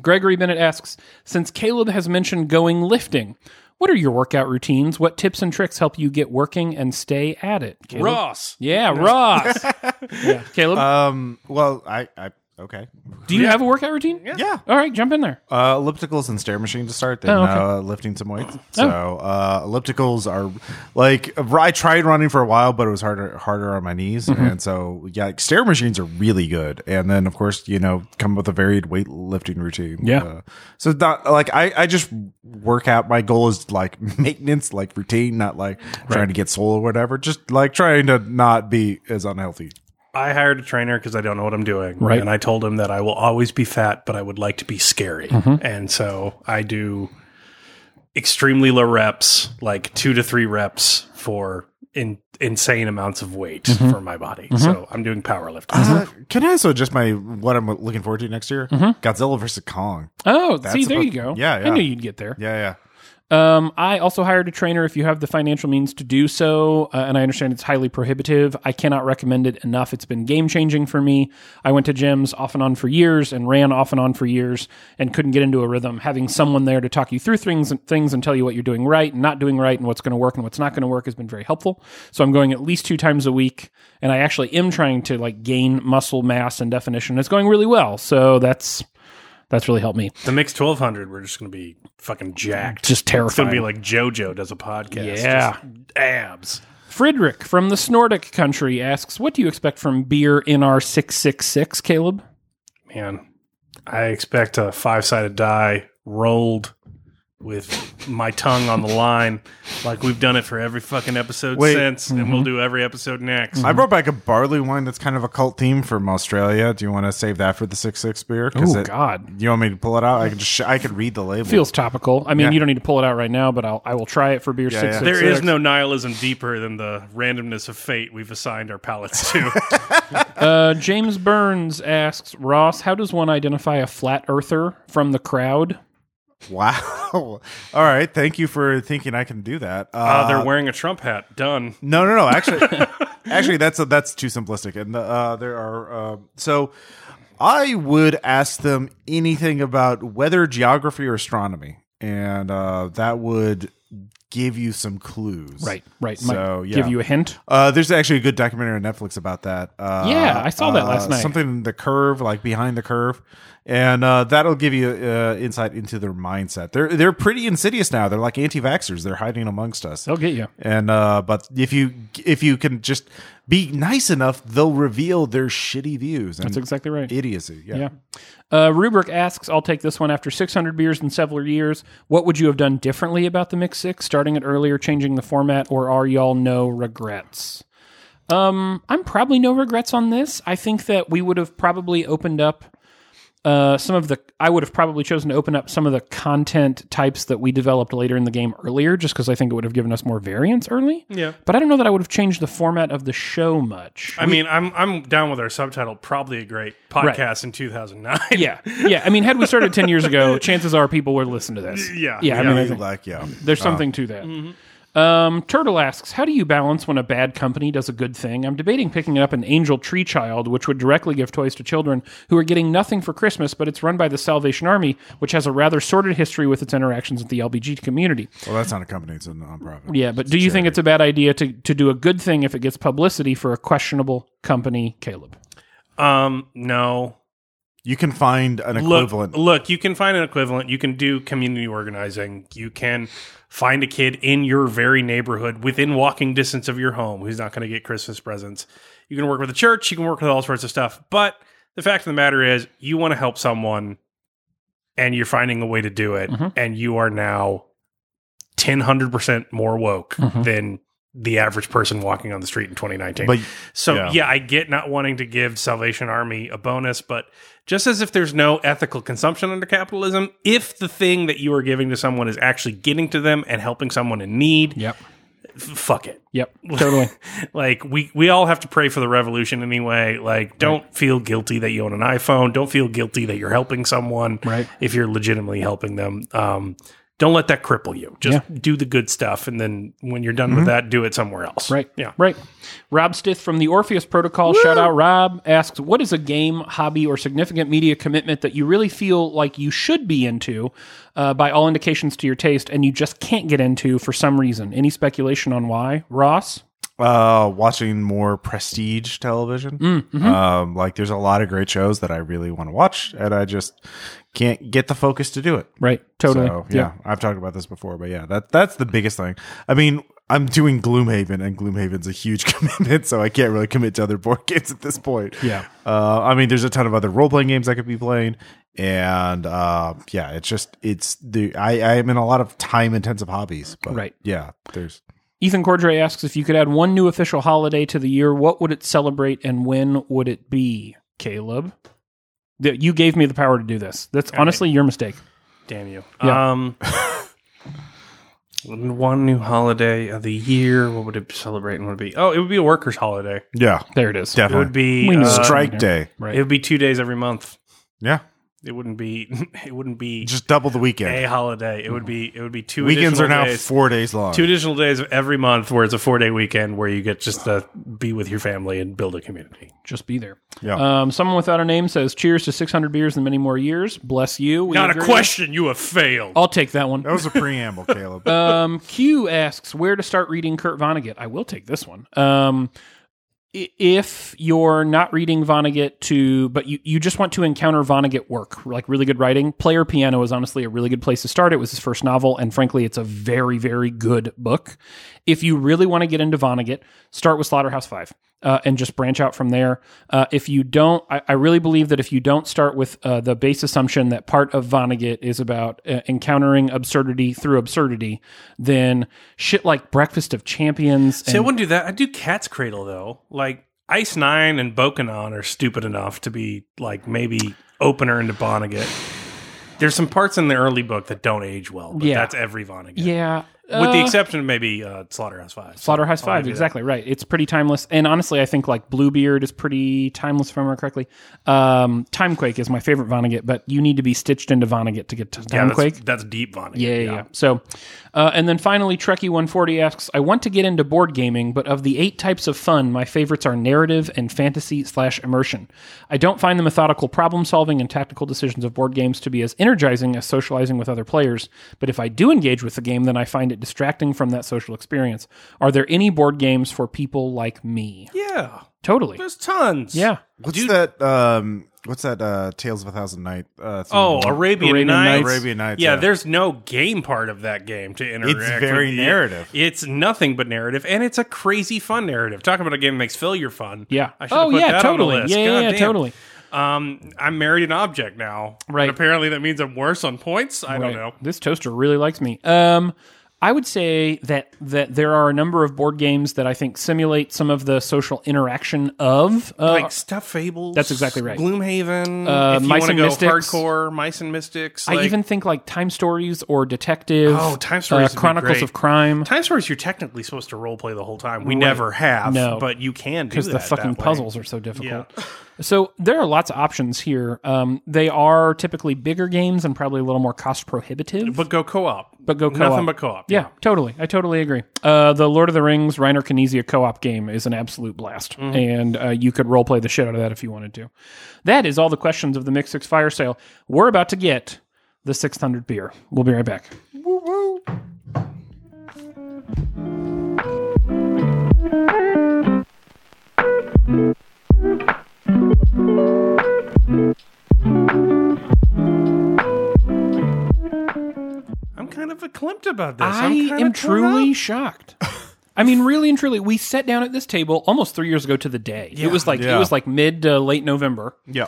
Gregory Bennett asks Since Caleb has mentioned going lifting, what are your workout routines? What tips and tricks help you get working and stay at it? Caleb?
Ross.
Yeah, Ross. yeah, Caleb,
Um, well, I, I okay.
do you have a workout routine?
Yeah.
All right, jump in there.
Uh, ellipticals and stair machine to start, then
Oh, okay. Oh.
uh, lifting some weights. So uh, ellipticals are like I tried running for a while, but it was harder harder on my knees,
Mm-hmm.
and so yeah, like, stair machines are really good. And then of course you know come up with a varied weightlifting routine.
Yeah.
Uh, so it's not like I I just work out. My goal is like maintenance, like routine, not like trying to get soul or whatever. Just like trying to not be as unhealthy.
I hired a trainer because I don't know what I'm doing.
Right.
And I told him that I will always be fat, but I would like to be scary.
Mm-hmm.
And so I do extremely low reps, like two to three reps for in, insane amounts of weight
Mm-hmm.
for my body. So I'm doing powerlifting.
Uh-huh.
Uh, can I also just my what I'm looking forward to next year?
Mm-hmm.
Godzilla versus Kong.
Oh, see, there
about-
you go.
Yeah,
I
yeah.
knew you'd get there.
Yeah, yeah.
Um, I also hired a trainer if you have the financial means to do so, uh, and I understand it's highly prohibitive. I cannot recommend it enough. It's been game changing for me. I went to gyms off and on for years and ran off and on for years and couldn't get into a rhythm. Having someone there to talk you through things and things and tell you what you're doing right and not doing right and what's going to work and what's not going to work has been very helpful. So I'm going at least two times a week, and I actually am trying to like gain muscle mass and definition. It's going really well, so that's that's really helped me.
The Mix 1200, we're just going to be fucking jacked.
Just
It's going
terrifying.
to be like JoJo does a podcast.
Yeah.
Just abs.
Frederick from the Snordic country asks, "What do you expect from beer in our six six six, Caleb?"
Man, I expect a five sided die rolled with my tongue on the line, like we've done it for every fucking episode
Wait.
since, and
mm-hmm.
we'll do every episode next.
I brought back a barley wine that's kind of a cult theme from Australia. Do you want to save that for the six six beer? 'Cause
Oh
it-
God,
You want me to pull it out? I could just sh- I could read the label.
feels topical. I mean,
Yeah.
you don't need to pull it out right now, but I'll I will try it for beer
Yeah,
six
yeah.
six.
There is no nihilism deeper than the randomness of fate we've assigned our palates to.
Uh, James Burns asks Ross, "How does one identify a flat earther from the crowd?"
wow. All right. Thank you for thinking I can do that. Uh,
Ah, they're wearing a Trump hat. Done.
No, no, no. Actually, actually, that's that's too simplistic. And uh, there are uh, so I would ask them anything about weather, geography, or astronomy, and uh, that would give you some clues.
Right, right. Might
So yeah.
give you a hint.
uh, there's actually a good documentary on Netflix about that. Uh,
Yeah, I saw that
uh,
last night.
Something in the curve, like behind the curve, and uh, that'll give you uh, insight into their mindset. They're they're pretty insidious now. They're like anti-vaxxers. They're hiding amongst us
They'll get you.
and uh but if you if you can just be nice enough they'll reveal their shitty views and
That's exactly right.
idiocy yeah,
Yeah. Uh, Rubric asks, I'll take this one after 600 beers in several years. What would you have done differently about the Mix Six, starting it earlier, changing the format, or are y'all no regrets? Um, I'm probably no regrets on this. I think that we would have probably opened up uh, some of the, I would have probably chosen to open up some of the content types that we developed later in the game earlier, just because I think it would have given us more variance early.
Yeah.
But I don't know that I would have changed the format of the show much.
I mean, I'm I'm down with our subtitle. Probably a great podcast in 2009.
Yeah, yeah. I mean, had we started ten years ago, chances are people would listen to this.
Yeah.
yeah.
Yeah.
I mean, I
Be
think
like yeah
there's something to that. Um, Turtle asks, "How do you balance when a bad company does a good thing?" I'm debating picking up an Angel Tree Child, which would directly give toys to children who are getting nothing for Christmas, but it's run by the Salvation Army, which has a rather sordid history with its interactions with the LBG community.
well that's not a company it's a nonprofit
Yeah, but do you think it's a bad idea to to do a good thing if it gets publicity for a questionable company, Caleb?
Um. No.
you can find an equivalent
Look, look, you can find an equivalent. You can do community organizing. You can find a kid in your very neighborhood within walking distance of your home who's not going to get Christmas presents. You can work with the church. You can work with all sorts of stuff. But the fact of the matter is, you want to help someone and you're finding a way to do it.
Mhm.
And you are now 1,000% more woke
Mhm.
than the average person walking on the street in 2019.
but
So
Yeah.
yeah. I get not wanting to give Salvation Army a bonus, but just as if there's no ethical consumption under capitalism, if the thing that you are giving to someone is actually getting to them and helping someone in need,
Yep.
f- fuck it.
Yep. Totally.
Like we we all have to pray for the revolution anyway. Like don't feel guilty that you own an iPhone. Don't feel guilty that you're helping someone.
Right.
If you're legitimately helping them, um, don't let that cripple you. Just do the good stuff, and then when you're done with that, do it somewhere else.
Right.
Yeah.
Right. Rob Stith from the Orpheus Protocol, shout out Rob, asks What is a game, hobby, or significant media commitment that you really feel like you should be into uh, by all indications to your taste and you just can't get into for some reason? Any speculation on why? Ross?
uh watching more prestige television um like there's a lot of great shows that i really want to watch and i just can't get the focus to do it
Right. Totally.
So yeah, I've talked about this before, but yeah, that that's the biggest thing. I mean, I'm doing Gloomhaven, and Gloomhaven's a huge commitment, so I can't really commit to other board games at this point.
Yeah.
uh, I mean, there's a ton of other role playing games I could be playing, and uh, yeah, it's just it's the I I am in a lot of time intensive hobbies, but
Right.
yeah, there's
Ethan Cordray asks If you could add one new official holiday to the year, what would it celebrate and when would it be? Caleb? Th- You gave me the power to do this. That's honestly your mistake.
Damn you.
Yeah.
Um, one new holiday of the year. What would it celebrate? And would it be? Oh, it would be a workers' holiday.
yeah,
There it is.
It would
definitely
be
We knew
uh,
that.
strike day.
It would be two days every month.
Yeah,
It wouldn't be. It wouldn't be
just double the
a
weekend.
holiday. It would be. It would be two
Weekends
additional
are now
days-
four days long.
Two additional days of every month where it's a four day weekend where you get just to be with your family and build a community.
Just be there.
Yeah.
Um, someone without a name says, "Cheers to 600 beers and many more years." Bless you. We
Not a
agree.
question. You have failed.
I'll take that one.
that was a preamble, Caleb.
Uh,
Um, Q asks, "Where to start reading Kurt Vonnegut?" I will take this one. Um, i- if you're not reading Vonnegut to, but you, you just want to encounter Vonnegut work, like really good writing, Player Piano is honestly a really good place to start. It was his first novel, and frankly, it's a very, very good book. If you really want to get into Vonnegut, start with Slaughterhouse Five uh, and just branch out from there. Uh, if you don't, I, I really believe that if you don't start with uh, the base assumption that part of Vonnegut is about uh, encountering absurdity through absurdity, then shit like Breakfast of Champions.
See, I wouldn't do that. I do Cat's Cradle though. Like Ice Nine and Bokanon are stupid enough to be like maybe opener into Vonnegut. There's some parts in the early book that don't age well, but
Yeah.
that's every Vonnegut.
yeah.
With the
uh,
exception of maybe uh, Slaughterhouse Five. I'll
Slaughterhouse
give
Five,
you oh, that.
exactly right. It's pretty timeless, and honestly, I think like Bluebeard is pretty timeless, if I remember correctly. Um, Timequake is my favorite Vonnegut, but you need to be stitched into Vonnegut to get to
Yeah, that's,
Timequake.
that's deep Vonnegut.
Yeah, yeah, yeah. So, uh, and then finally, Trekkie140 asks, I want to get into board gaming, but of the eight types of fun, my favorites are narrative and fantasy slash immersion. I don't find the methodical problem solving and tactical decisions of board games to be as energizing as socializing with other players, but if I do engage with the game, then I find it distracting from that social experience. Are there any board games for people like me?
Yeah,
Totally.
There's tons.
Yeah.
What's
Dude.
that? Um, what's that? Uh, Tales of a Thousand Night. Uh, theme?
Oh, Arabian,
Mm-hmm. Arabian
Nights.
Nights.
Arabian Nights,
Yeah,
yeah.
there's no game part of that game to interact.
very
with.
narrative.
It's nothing but narrative, and it's a crazy fun narrative. Talking about a game that makes failure fun.
Yeah.
I should have
Oh,
put
yeah,
that on the
totally.
list.
Yeah, yeah,
God
yeah,
damn.
totally.
Um, I'm married an object now.
Right.
And apparently, that means I'm worse on points. I don't
Right. Uh,
know.
This toaster really likes me. Um, I would say that that there are a number of board games that I think simulate some of the social interaction of uh,
Like stuff fables.
That's exactly right.
Gloomhaven.
Uh,
if you
Mice
wanna
and
go
Mystics.
hardcore, mice and mystics.
I
like-
even think like Time Stories or Detective. uh,
Oh, Time Stories would be
Chronicles
great.
of Crime.
time stories. You're technically supposed to role play the whole time. We never have.
No.
but you can do
because the
that that
fucking
way.
puzzles are so difficult. so there are lots of options here. Um, they are typically bigger games and probably a little more cost prohibitive.
But go co-op.
But uh, go co-op.
Nothing but co-op.
Yeah, totally. I totally agree. Uh, the Lord of the Rings Reiner Kinesia co-op game is an absolute blast,
Mm-hmm.
and uh, you could roleplay the shit out of that if you wanted to. That is all the questions of the Mix Six Fire Sale. We're about to get the 600 beer. We'll be right back.
I'm kind of verklempt about this.
I
I'm kinda torn
am truly
up.
shocked. I mean, really and truly, we sat down at this table almost three years ago to the day. it was like it
Yeah.
was like mid to late November,
yeah.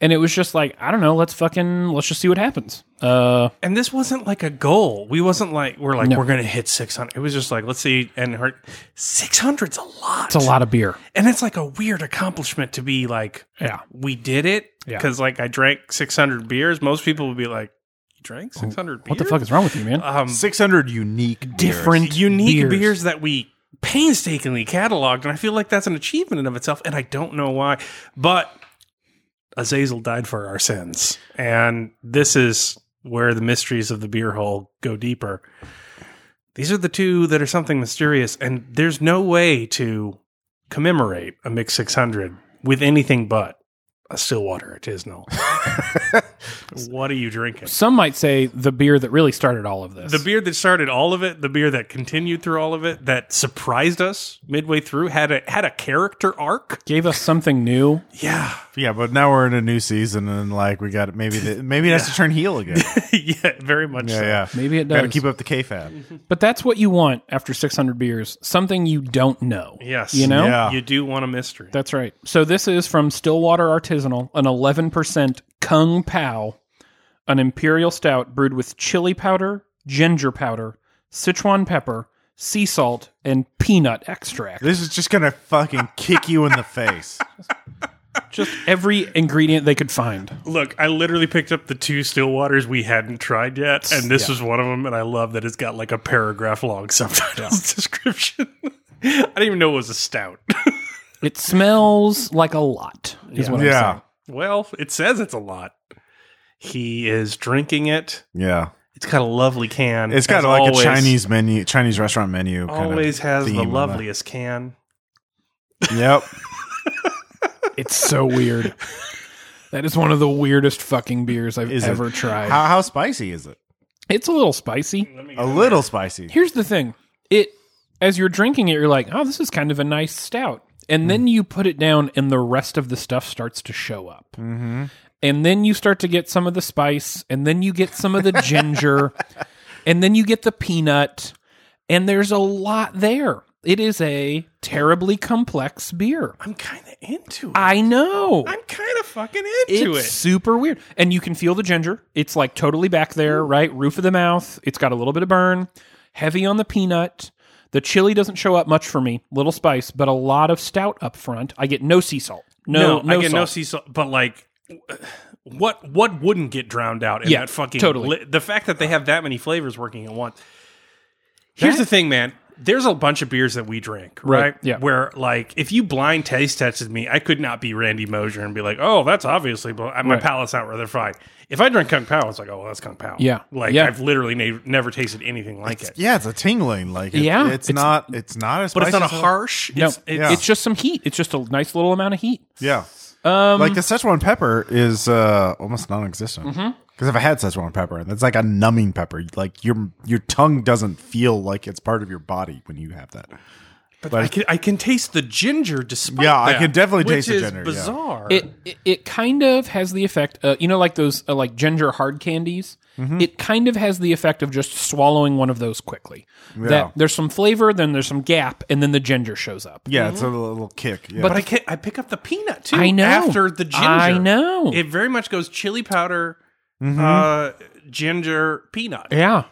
and it was just like I don't know. Let's fucking let's just see what happens. Uh,
And this wasn't like a goal. We wasn't like we're like we're gonna hit 600. It was just like let's see. And her 600's a lot.
it's a lot of beer.
And it's like a weird accomplishment to be like,
Yeah.
we did it.
Yeah.
Because like I drank 600 beers. Most people would be like, you drank 600 beers.
Oh, What the fuck is wrong with you, man?
Um,
Six hundred unique,
Different
unique beers.
beers.
that we painstakingly cataloged, and I feel like that's an achievement in of itself, and I don't know why. But Azazel died for our sins, and this is where the mysteries of the beer hole go deeper. These are the two that are something mysterious, and there's no way to commemorate a mix 600 with anything but a Stillwater artisanal. what are you drinking?
Some might say the beer that really started all of this.
The beer that started all of it, the beer that continued through all of it, that surprised us midway through, had a had a character arc.
gave us something new.
Yeah,
Yeah, but now we're in a new season, and like we got maybe the, maybe it has to turn heel again.
yeah, very much.
Yeah,
so.
yeah.
Maybe it
Got to
does.
keep up the kfab.
But that's what you want after 600 beers, something you don't know.
Yes,
You know?
Yeah.
you do want a mystery.
That's right. So this is from Stillwater Artisanal, an 11% Kung Pao, an imperial stout brewed with chili powder, ginger powder, Sichuan pepper, sea salt, and peanut extract.
This is just gonna fucking kick you in the face.
Just every ingredient they could find.
Look, I literally picked up the two Stillwaters we hadn't tried yet, and this was one of them. And I love that it's got like a paragraph long subtitles description. I didn't even know it was a stout.
It smells like a lot, is what I'm saying.
Yeah,
well, it says it's a lot. He is drinking it.
yeah.
It's got a lovely can.
It's got
as
like
always.
a Chinese menu, Chinese restaurant menu. kind
always
of
has
theme
the
on that.
loveliest can.
Yep.
It's so weird. That is one of the weirdest fucking beers I've
Is it?
ever tried.
How, how spicy is it?
It's a little spicy.
A little spicy.
Here's the thing. It as you're drinking it, you're like, oh, this is kind of a nice stout. and then
Mm.
you put it down, and the rest of the stuff starts to show up.
Mm-hmm.
And then you start to get some of the spice, and then you get some of the ginger, and then you get the peanut, and there's a lot there. It is a terribly complex beer.
I'm kind of into it.
I know.
I'm kind of fucking into
it's super weird. And you can feel the ginger. It's like totally back there, right? Roof of the mouth. It's got a little bit of burn, heavy on the peanut. The chili doesn't show up much for me. Little spice, but a lot of stout up front. I get no sea salt.
it.
No, no,
I get
salt.
no sea salt, but like, what what wouldn't get drowned out in
Yeah,
that fucking
totally.
li- the fact that they have that many flavors working at once. Here's the thing, man. There's a bunch of beers that we drink, right?
Right, yeah.
Where like, if you blind taste tested me, I could not be Randy Mosher and be like, "Oh, that's obviously," bl- my
Right.
palate's not refined. If I drink Kung Pao, it's like, "Oh, well, that's Kung Pao."
Yeah.
Like
Yeah.
I've literally na- never tasted anything like it.
Yeah, it's a tingling. Like, it-
Yeah,
it's,
it's-
not. It's not as.
But it's not a
spicy as
harsh.
No,
It's,
it's,
it's-
just some heat. It's just a nice little amount of heat.
Yeah. Um, like the Szechuan pepper is uh, almost non-existent. Because
Mm-hmm.
if I had Szechuan pepper, that's like a numbing pepper. Like your your tongue doesn't feel like it's part of your body when you have that.
But I can I can taste the ginger despite
Yeah, I
that,
can definitely
which
taste the
is
ginger, yeah.
Bizarre.
It, it it kind of has the effect, uh, you know, like those uh, like ginger hard candies. It kind of has the effect of just swallowing one of those quickly.
Yeah.
That there's some flavor, then there's some gap, and then the ginger shows up.
Yeah, it's a little kick. Yeah.
Mm-hmm. but I can I pick up the peanut too.
I know.
after the ginger.
I know.
It very much goes chili powder,
Mm-hmm.
uh, ginger, peanut.
Yeah.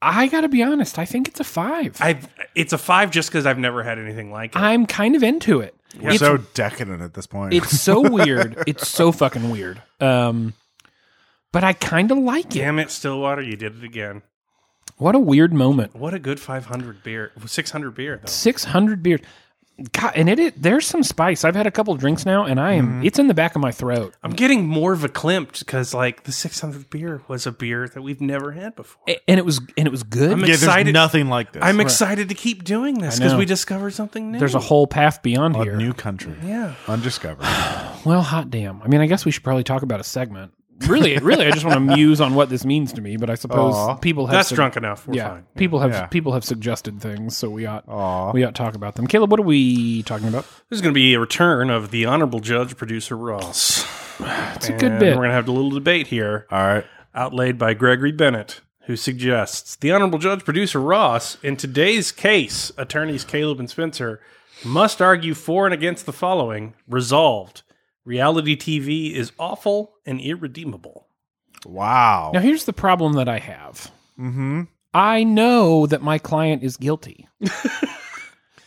I got to be honest. I think it's a five. I,
I've it's a five just because I've never had anything like it.
am kind of into it.
We're
It's,
so decadent at this point.
it's so weird. It's so fucking weird. Um, but I kind of like it.
Damn it, Stillwater, you did it again.
What a weird moment.
What a good five hundred beer, six hundred beer though.
600 beers. God, and it, it there's some spice. I've had a couple drinks now, and I am it's in the back of my throat.
I'm getting more of a klimped because like the six hundred beer was a beer that we've never had before.
A- And it was and it was good.
I'm
yeah, there's
excited.
nothing like this.
I'm excited to keep doing this
I
because
know.
we discovered something new.
there's a whole path beyond
a
here.
new country.
yeah.
Undiscovered.
Well, hot damn. I mean, I guess we should probably talk about a segment. Really, really, I just want to muse on what this means to me. But I suppose
Aw.
people have
That's
sug-
drunk enough. We're
yeah,
fine.
people have
Yeah.
people have suggested things, so we ought
Aw.
we ought to talk about them. Caleb, what are we talking about?
There's going to be a return of the Honorable Judge Producer Ross. That's
a good bit.
We're going to have a little debate here,
All right.
outlaid by Gregory Bennett, who suggests the Honorable Judge Producer Ross, in today's case, attorneys Caleb and Spencer must argue for and against the following resolved. Reality TV is awful and irredeemable.
Wow.
Now, here's the problem that I have.
Mm-hmm.
I know that my client is guilty,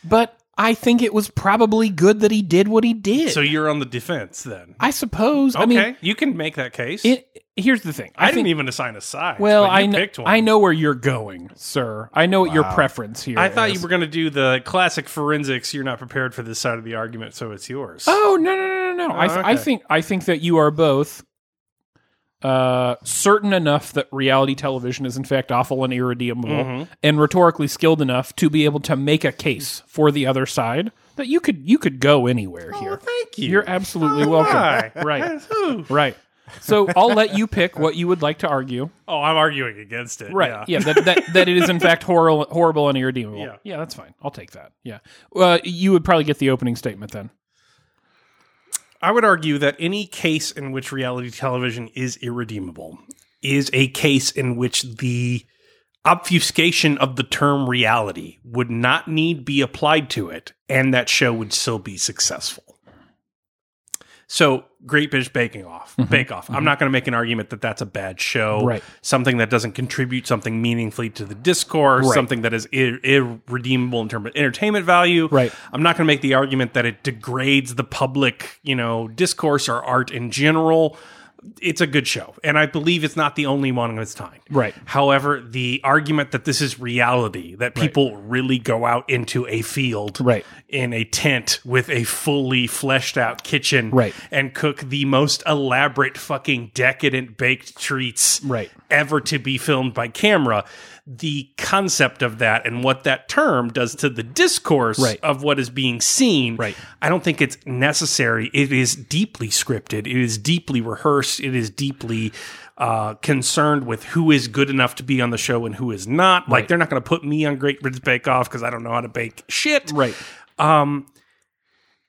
but I think it was probably good that he did what he did.
So you're on the defense then.
I suppose.
Okay,
I mean,
you can make that case.
it, here's the thing.
I,
think,
didn't even assign a side.
Well,
but you
I know.
picked one.
I know where you're going, sir. I know what your preference here.
I thought
is.
you were going to do the classic forensics. You're not prepared for this side of the argument, so it's yours.
Oh no no no no! no. I, th- I
okay.
think I think that you are both uh, certain enough that reality television is in fact awful and irredeemable, and rhetorically skilled enough to be able to make a case for the other side that you could you could go anywhere here.
Oh, thank you. Oh,
You're absolutely welcome.
my.
Right, right. So I'll let you pick what you would like to argue.
oh, I'm arguing against it.
Right. Yeah. that, that that it is in fact horrible, horrible and irredeemable.
Yeah.
That's fine. I'll take that. Yeah. Uh, you would probably get the opening statement then.
I would argue that any case in which reality television is irredeemable is a case in which the obfuscation of the term reality would not need be applied to it, and that show would still be successful. So, Great British Baking Off, Bake Off. I'm not going to make an argument that that's a bad show,
Mm-hmm. Right.
Something that doesn't contribute something meaningfully to the discourse,
Right.
something that is ir- irredeemable in terms of entertainment value,
Right.
I'm not going to make the argument that it degrades the public, you know, discourse or art in general. It's a good show, and I believe it's not the only one of its kind.
Right.
However, the argument that this is reality, that people really go out into a field,
Right.
in a tent with a fully fleshed out kitchen,
Right.
and cook the most elaborate fucking decadent baked treats,
Right.
ever to be filmed by camera. The concept of that and what that term does to the discourse
Right.
of what is being seen,
Right.
I don't think it's necessary. It is deeply scripted, it is deeply rehearsed, it is deeply uh, concerned with who is good enough to be on the show and who is not. Like, they're not going to put me on Great British Bake Off because I don't know how to bake shit.
Right.
Um,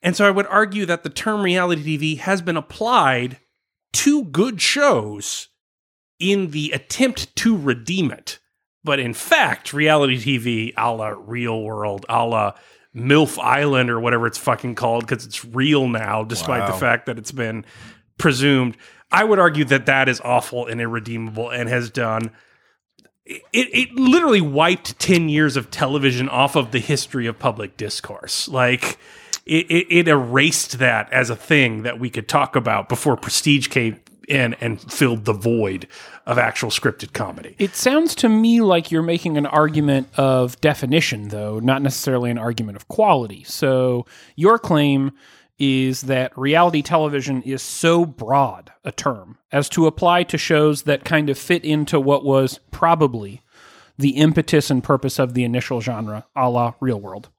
And so I would argue that the term reality TV has been applied to good shows in the attempt to redeem it. But in fact, reality TV a la real world, a la MILF Island or whatever it's fucking called, because it's real now, despite the
Wow.
fact that it's been presumed. I would argue that that is awful and irredeemable and has done. It, it literally wiped 10 years of television off of the history of public discourse. Like, it, it, it erased that as a thing that we could talk about before prestige came in and filled the void of actual scripted comedy.
It sounds to me like you're making an argument of definition, though, not necessarily an argument of quality. So, your claim is that reality television is so broad a term as to apply to shows that kind of fit into what was probably the impetus and purpose of the initial genre, a la real world,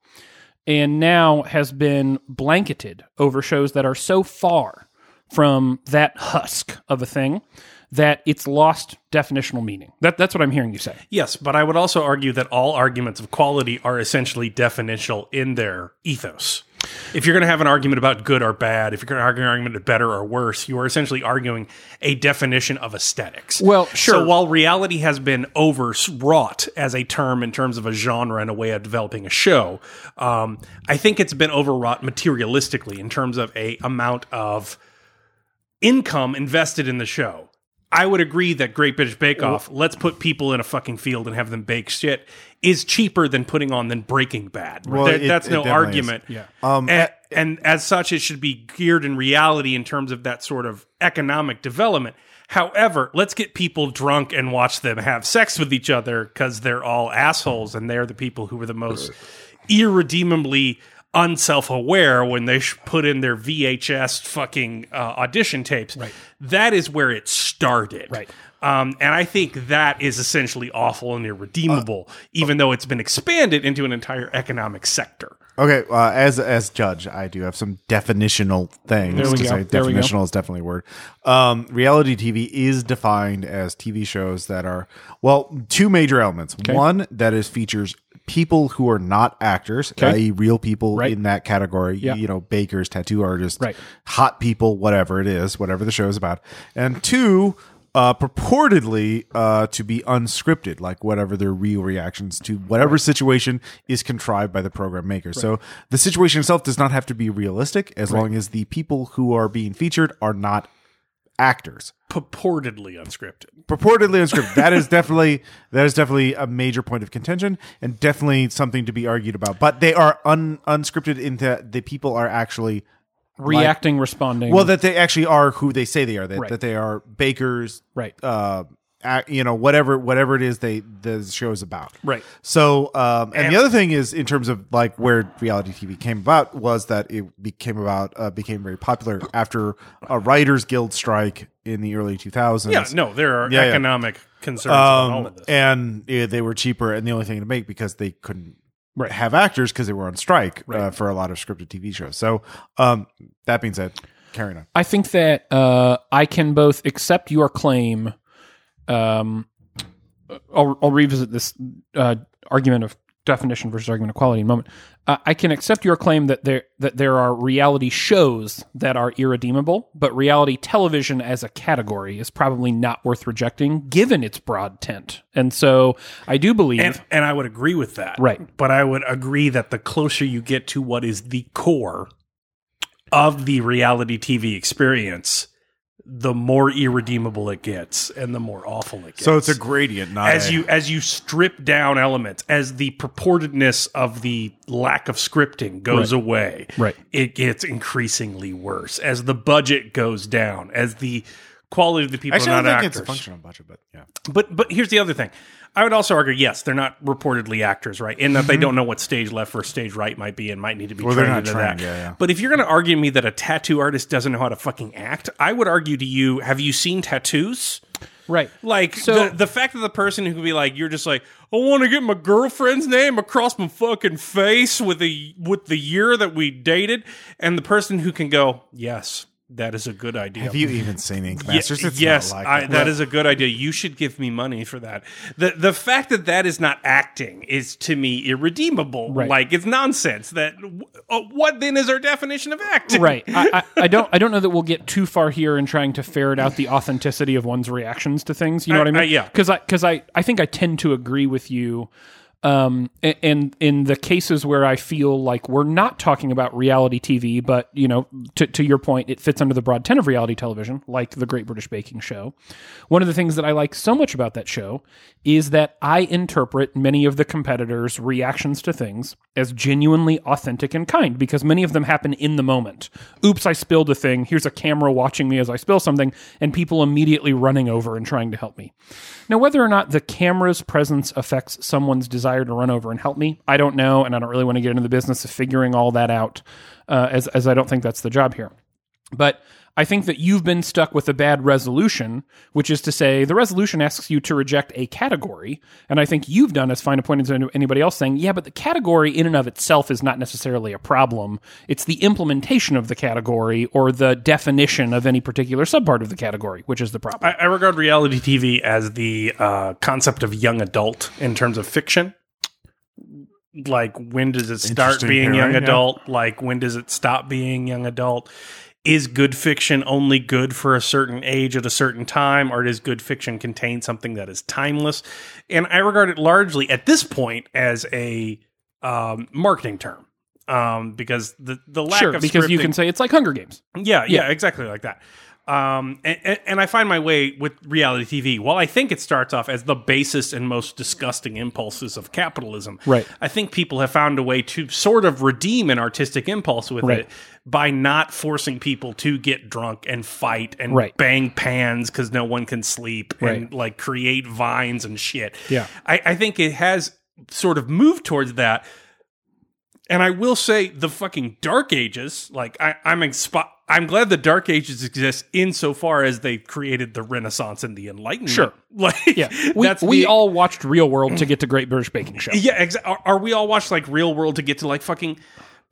and now has been blanketed over shows that are so far from that husk of a thing that it's lost definitional meaning. That, that's what I'm hearing you say.
Yes, but I would also argue that all arguments of quality are essentially definitional in their ethos. If you're going to have an argument about good or bad, if you're going to argue an argument of better or worse, you are essentially arguing a definition of aesthetics.
Well, sure.
So while reality has been overwrought as a term in terms of a genre and a way of developing a show, um, I think it's been overwrought materialistically in terms of a amount of income invested in the show. I would agree that Great British Bake Off, let's put people in a fucking field and have them bake shit, is cheaper than putting on than Breaking Bad.
Well,
There-
it-
that's
it
no
definitely is.
argument. Yeah.
Um,
and, and as such, it should be geared in reality in terms of that sort of economic development. However, let's get people drunk and watch them have sex with each other because they're all assholes and they're the people who are the most irredeemably unself aware when they sh- put in their VHS fucking uh, audition tapes. Right. That is where it started.
Right.
Um, and I think that is essentially awful and irredeemable, even though it's been expanded into an entire economic sector.
Okay, uh, as as judge, I do have some definitional things
There we
to
go.
say.
There we go.
definitional is definitely a word. Um, reality TV is defined as TV shows that are well, two major elements. One that is features people who are not actors, i.e., real people
Right.
in that category. You know, bakers, tattoo artists,
Right.
hot people, whatever it is, whatever the show is about. And two. Uh, purportedly uh, to be unscripted, like whatever their real reactions to whatever situation is contrived by the program maker. So the situation itself does not have to be realistic as long as the people who are being featured are not actors.
Purportedly unscripted.
Purportedly unscripted. That is definitely that is definitely a major point of contention and definitely something to be argued about. But they are un, unscripted in that the people are actually
Reacting, responding.
well that they actually are who they say they are. That,
Right.
that they are bakers,
right.
uh, ac- you know whatever whatever it is they the show is about.
Right.
So, um, and, the other thing is in terms of like where reality TV came about was that it became about uh, became very popular after a writers guild strike in the early 2000s.
Yeah, no, there are
Yeah, yeah.
economic concerns
Um,
on all of this.
and yeah, they were cheaper and the only thing to make because they couldn't have actors because they were on strike uh, for a lot of scripted TV shows. So, um, that being said, carrying on.
I think that uh, I can both accept your claim. Um, I'll, I'll revisit this uh, argument of definition versus argument of quality in a moment. Uh, I can accept your claim that there that there are reality shows that are irredeemable, but reality television as a category is probably not worth rejecting given its broad tent. And so I do believe
and, and I would agree with that.
Right.
But I would agree that the closer you get to what is the core of the reality TV experience, the more irredeemable it gets and the more awful it gets.
So it's a gradient, not
as you as you strip down elements, as the purportedness of the lack of scripting goes away,
Right.
it gets increasingly worse. As the budget goes down, as the quality of the people
Actually,
are
I
not
don't think
actors.
it's a function on budget, but yeah.
But but here's the other thing. I would also argue, yes, they're not reportedly actors, right? In that they don't know what stage left versus stage right might be and might need to be
Mm-hmm. Well, they're
trained into
not trained,
that.
yeah, yeah.
But if you're going to argue me that a tattoo artist doesn't know how to fucking act, I would argue to you, have you seen tattoos?
right.
Like
So-
the, the fact that the person who could be like, you're just like, I want to get my girlfriend's name across my fucking face with the with the year that we dated, and the person who can go, yes, That is a good idea.
Have you even seen Ink Masters?
Ye-
It's not
yes,
like
I,
that.
that is a good idea. You should give me money for that. the The fact that that is not acting is to me irredeemable.
Right.
Like it's nonsense. That uh, what then is our definition of acting?
right. I, I, I don't. I don't know that we'll get too far here in trying to ferret out the authenticity of one's reactions to things. You know what I
I-
mean?
I- yeah.
Because I because I I think I tend to agree with you. Um, a- and in the cases where I feel like we're not talking about reality TV, but you know, to, to your point, it fits under the broad tent of reality television, like the Great British Baking Show. One of the things that I like so much about that show is that I interpret many of the competitors' reactions to things as genuinely authentic and kind because many of them happen in the moment. Oops, I spilled a thing. Here's a camera watching me as I spill something, and people immediately running over and trying to help me. Now, whether or not the camera's presence affects someone's desire to run over and help me, I don't know, and I don't really want to get into the business of figuring all that out, uh, as, as I don't think that's the job here. But I think that you've been stuck with a bad resolution, which is to say, the resolution asks you to reject a category. And I think you've done as fine a point as any- anybody else saying, yeah, but the category in and of itself is not necessarily a problem. It's the implementation of the category or the definition of any particular subpart of the category, which is the problem.
I, I regard reality TV as the uh, concept of young adult in terms of fiction. Like, when does it start
Interesting
being young
pairing, yeah.
adult? Like, when does it stop being young adult? Is good fiction only good for a certain age at a certain time, or does good fiction contain something that is timeless? And I regard it largely at this point as a um, marketing term um, because the the lack
sure,
of
because you
scripting-
can say it's like Hunger Games.
yeah, yeah, exactly like that. Um, and, and- and I find my way with reality TV. While I think it starts off as the basest and most disgusting impulses of capitalism,
Right.
I think people have found a way to sort of redeem an artistic impulse with
Right.
it by not forcing people to get drunk and fight and
Right.
bang pans because no one can sleep
Right.
and like create vines and shit.
Yeah.
I, I think it has sort of moved towards that. And I will say the fucking Dark Ages, like I, I'm expo- I'm glad the Dark Ages exist insofar as they created the Renaissance and the Enlightenment.
Sure.
Like
Yeah, we,
that's
we
the-
all watched Real World to get to Great British Baking Show.
Yeah, exa- are, are we all watched like real world to get to like fucking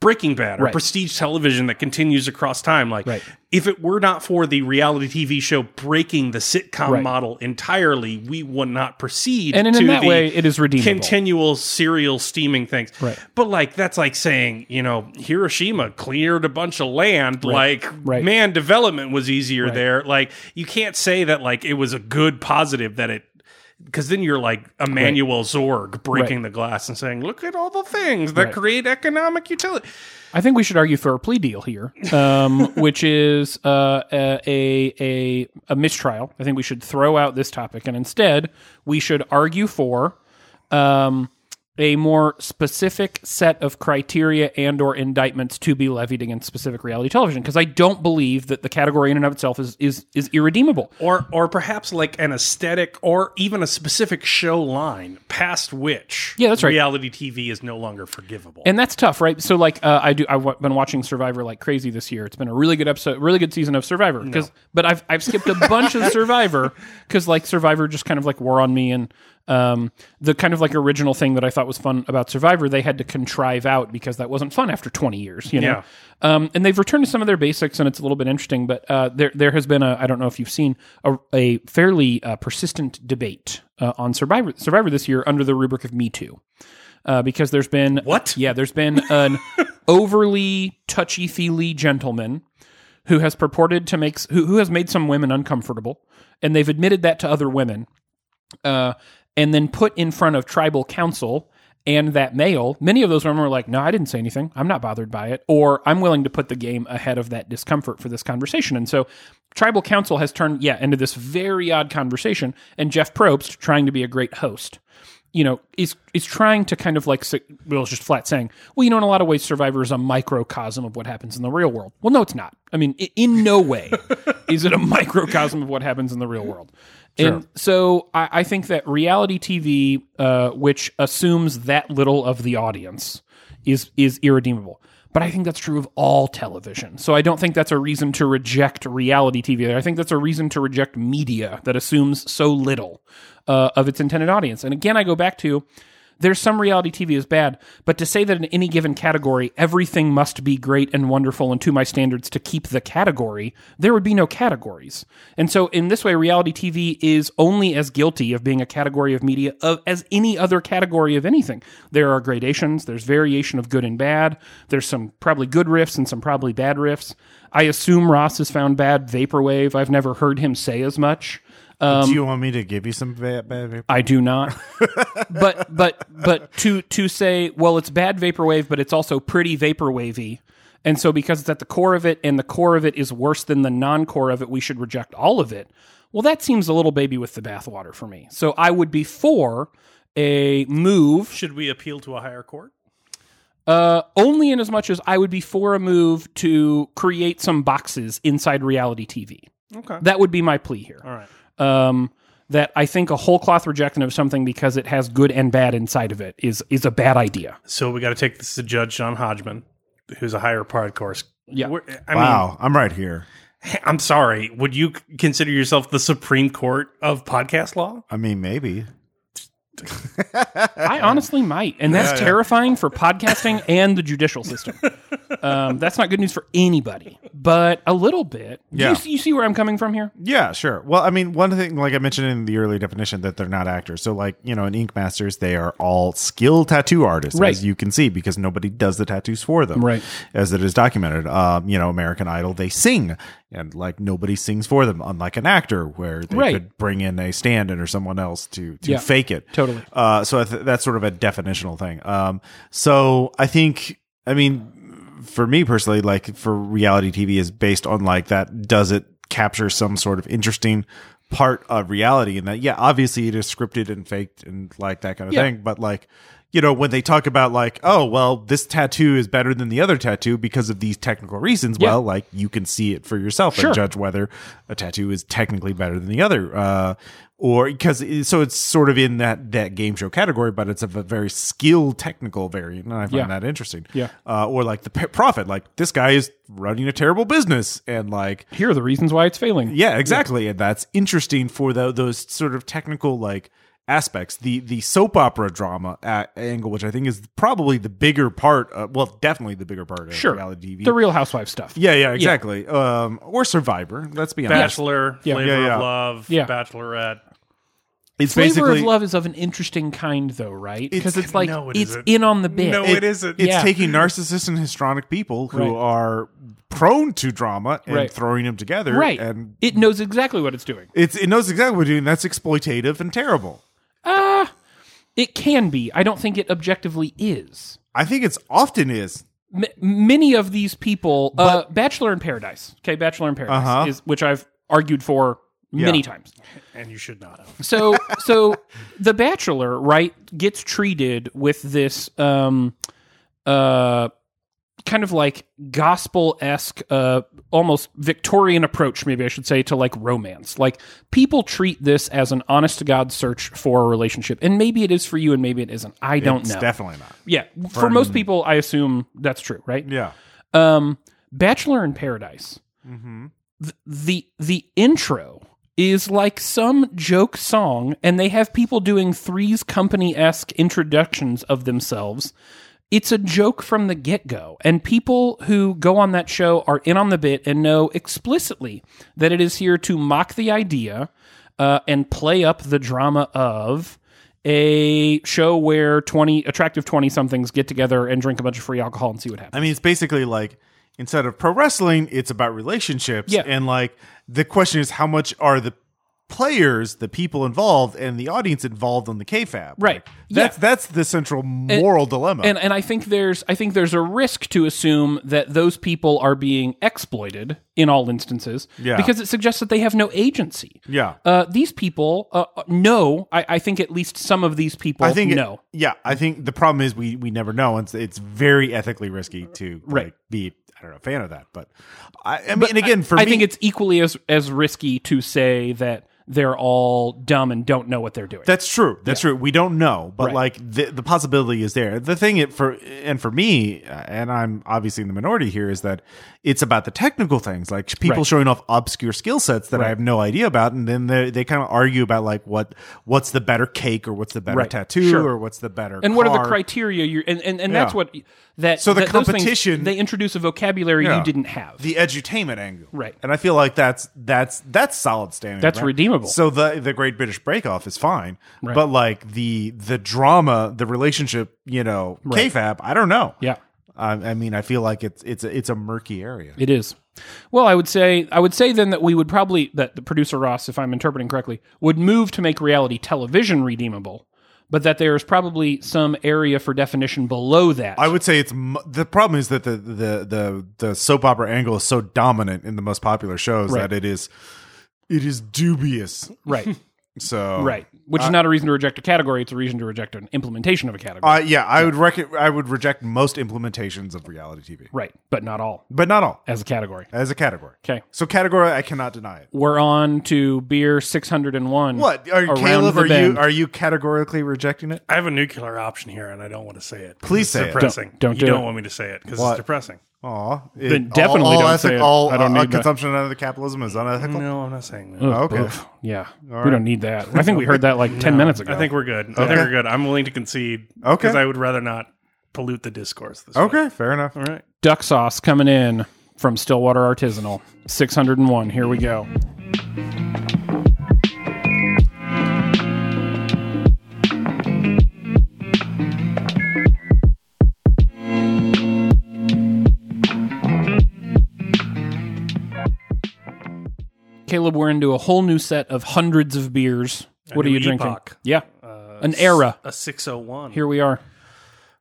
Breaking Bad or
Right.
prestige television that continues across time? Like
Right.
if it were not for the reality TV show breaking the sitcom
Right.
model entirely, we would not proceed
And in,
to
in that
the
way, it is redeemable.
continual serial steaming things.
Right.
But like that's like saying, you know, Hiroshima cleared a bunch of land. Like
Right.
man, development was easier there. Like you can't say that like it was a good positive that it because then you're like Emmanuel Zorg breaking the glass and saying, "Look at all the things that
Right.
create economic utility."
I think we should argue for a plea deal here, um, which is uh, a, a a a mistrial. I think we should throw out this topic, and instead we should argue for um, a more specific set of criteria and or indictments to be levied against specific reality television. Because I don't believe that the category in and of itself is is is irredeemable.
Or, or perhaps like an aesthetic, or even a specific show line, past which
Yeah, that's right.
reality TV is no longer forgivable.
and that's tough, right? So like uh, I do, I've w- been watching Survivor like crazy this year. It's been a really good episode, really good season of Survivor. Because but I've I've skipped a bunch of Survivor because like Survivor just kind of like wore on me, and um, the kind of like original thing that I thought was fun about Survivor they had to contrive out because that wasn't fun after twenty years, you know.
Yeah.
Um, and they've returned to some of their basics, and it's a little bit interesting. But uh, there, there has been a I don't know if you've seen a, a fairly uh, persistent debate uh, on Survivor Survivor this year under the rubric of Me Too, uh, because there's been
What?
Yeah, there's been an overly touchy feely gentleman who has purported to make who, who has made some women uncomfortable, and they've admitted that to other women, uh, and then put in front of tribal council and that male. Many of those women were like, "No, I didn't say anything. I'm not bothered by it," or "I'm willing to put the game ahead of that discomfort for this conversation." And so, tribal council has turned yeah into this very odd conversation, and Jeff Probst trying to be a great host you know, is is trying to kind of like s- well, it's just flat saying, well, you know, in a lot of ways, Survivor is a microcosm of what happens in the real world. Well, no, it's not. I mean, i- in no way is it a microcosm of what happens in the real world. And so I, I think that reality TV, uh, which assumes that little of the audience, is is irredeemable. But I think that's true of all television. So I don't think that's a reason to reject reality TV. I think that's a reason to reject media that assumes so little uh, of its intended audience. And again, I go back to There's some reality TV is bad, but to say that in any given category, everything must be great and wonderful and to my standards to keep the category, there would be no categories. And so, in this way, reality TV is only as guilty of being a category of media of, as any other category of anything. There are gradations, there's variation of good and bad, there's some probably good riffs and some probably bad riffs. I assume Ross has found bad vaporwave. I've never heard him say as much.
Do you want me to give you some bad, bad vapor?
I do not. but but but to to say, well, it's bad vaporwave, but it's also pretty vaporwavy. And so because it's at the core of it and the core of it is worse than the non-core of it, we should reject all of it. Well, that seems a little baby with the bathwater for me. So I would be for a move
Should we appeal to a higher court?
uh, only in as much as I would be for a move to create some boxes inside reality TV.
Okay.
That would be my plea here.
All right.
Um, that I think a whole cloth rejection of something because it has good and bad inside of it is is a bad idea.
So we got to take this to Judge John Hodgman, who's a higher pod course.
Yeah.
We're- I
wow, I'm right here.
mean, I'm sorry. Would you c- consider yourself the Supreme Court of podcast law?
I mean, maybe.
I honestly might, and that's terrifying for podcasting and the judicial system. Um, that's not good news for anybody, but a little bit.
Yeah.
You, see- you see where I'm coming from here?
Yeah, sure. Well, I mean, one thing, like I mentioned in the early definition, that they're not actors. So, like, you know, in Ink Masters, they are all skilled tattoo artists,
Right.
as you can see, because nobody does the tattoos for them,
Right.
As it is documented. Um, you know, American Idol, they sing, and like nobody sings for them, unlike an actor, where they
Right.
could bring in a stand in or someone else to, to
Yeah.
fake it.
Totally.
Uh, so I th- that's sort of a definitional thing. Um, so I think, I mean, for me personally, like for reality TV is based on like that. Does it capture some sort of interesting part of reality? And that, yeah, obviously it is scripted and faked and like that kind of
Yeah.
thing. But like, you know, when they talk about like, oh, well, this tattoo is better than the other tattoo because of these technical reasons.
Yeah.
Well, like you can see it for yourself
Sure.
and judge whether a tattoo is technically better than the other uh or because so it's sort of in that that game show category but it's of a very skilled technical variant and i find
Yeah.
that interesting
Yeah.
uh, or like the p- profit like this guy is running a terrible business and like
Here are the reasons why it's failing.
yeah, exactly, and that's interesting for tho- those sort of technical like aspects. The the soap opera drama a angle, which I think is probably the bigger part. Of, well, definitely the bigger part of
Sure.
reality TV.
The Real Housewives stuff.
yeah, yeah, exactly. Um, or Survivor. Let's be honest.
Bachelor,
Yeah.
Flavor
Yeah, yeah.
of Love,
Yeah.
Bachelorette.
It's
Flavor
basically
of Love is of an interesting kind, though, right? Because it's,
It's-
like
no, it
it's
isn't.
in on the bit.
No, it isn't.
It's
Yeah.
taking narcissists and histrionic people who
Right.
are prone to drama and
Right.
throwing them together.
right.
and
it knows exactly what it's doing.
it's it knows exactly what we're doing. That's exploitative and terrible.
Ah, It can be. I don't think it objectively is.
I think it's often is.
M- many of these people, uh, Bachelor in Paradise, okay, Bachelor in Paradise,
Uh-huh.
is which I've argued for many
Yeah.
times.
And you should not have.
So, so the Bachelor, right, gets treated with this, um, uh, kind of like gospel esque, uh, almost Victorian approach, maybe I should say, to like romance. Like people treat this as an honest to god search for a relationship, and maybe it is for you, and maybe it isn't. I don't
It's
know.
definitely not.
yeah, for most people, I assume that's true, right?
Yeah.
um bachelor in paradise Th- the the intro is like some joke song and they have people doing threes company-esque introductions of themselves it's a joke from the get-go and people who go on that show are in on the bit and know explicitly that it is here to mock the idea uh, and play up the drama of a show where 20 attractive 20 somethings get together and drink a bunch of free alcohol and see what happens
I mean, it's basically like instead of pro wrestling, it's about relationships.
Yeah.
And like the question is, how much are the players, the people involved, and the audience involved on the KFAB?
Right.
Like, that's
Yeah.
that's the central moral dilemma.
and and I think there's I think there's a risk to assume that those people are being exploited in all instances
Yeah.
because it suggests that they have no agency.
yeah.
Uh, these people uh, know. I, I think at least some of these people
I think it-
know.
yeah, I think the problem is we we never know. It's it's very ethically risky to
Right.
like, be I don't know a fan of that, but I, I mean, and again, for
I
me,
think it's equally as as risky to say that they're all dumb and don't know what they're doing.
That's true. That's true. We don't know, but
Right.
like the, the possibility is there. The thing it for and for me, uh, and I'm obviously in the minority here, is that it's about the technical things, like people
Right.
showing off obscure skill sets that I
Right.
have no idea about, and then they they kind of argue about like what what's the better cake or what's the better
Right.
tattoo
Sure.
or what's the better
and what are the
car.
criteria you and and, and that's
Yeah.
what that
So the
that those things-
competition-
they introduce a vocabulary
Yeah.
you didn't have.
the edutainment angle,
Right.
And I feel like that's that's that's solid standing.
That's
right?
redeemable.
So the the Great British Break Off is fine, but like the the drama, the relationship, you know, KFAB. I don't know.
yeah.
I, I mean, I feel like it's it's a, it's a murky area.
It is. Well, I would say I would say then that we would probably that the producer Ross, if I'm interpreting correctly, would move to make reality television redeemable, but that there is probably some area for definition below that.
I would say it's mu- the problem is that the the the the soap opera angle is so dominant in the most popular shows
Right.
that it is it is dubious.
right,
So
right, which is not a reason to reject a category; it's a reason to reject an implementation of a category.
Uh, yeah, I would rec- I would reject most implementations of reality TV,
right, but not all
but not all
as a category.
as a category.
Okay,
So category, I cannot deny it.
we're on to beer 601.
What are
Around
Caleb?
the
Are
bend.
you are you categorically rejecting it?
I have a nuclear option here, and I don't want to say it.
Please
it's
say it.
depressing.
Don't- don't
you
do
don't
it.
want me to say it because
What?
it's depressing.
Aw, it-
Then definitely
all, all
don't
ethic-
say it.
all,
I don't
uh,
need that.
consumption under capitalism is unethical.
No, I'm not saying that.
Okay.
Oof. yeah, we don't need that. I think we heard that like 10 minutes ago.
I think we're good. I think
Okay.
we're good. I'm willing to concede
Okay.
I would rather not pollute the discourse. This way.
Okay, fair enough.
All right.
duck sauce coming in from Stillwater Artisanal 601. Here we go. Caleb, we're into a whole new set of hundreds of beers. What are
new
you drinking?
epoch.
Yeah. An era.
Uh, A 601.
Here we are.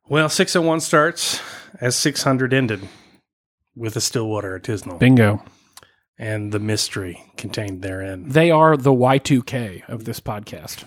Well, 601 starts as 600 ended with a Stillwater artisanal
Bingo.
and the mystery contained therein.
They are the Y2K of this podcast.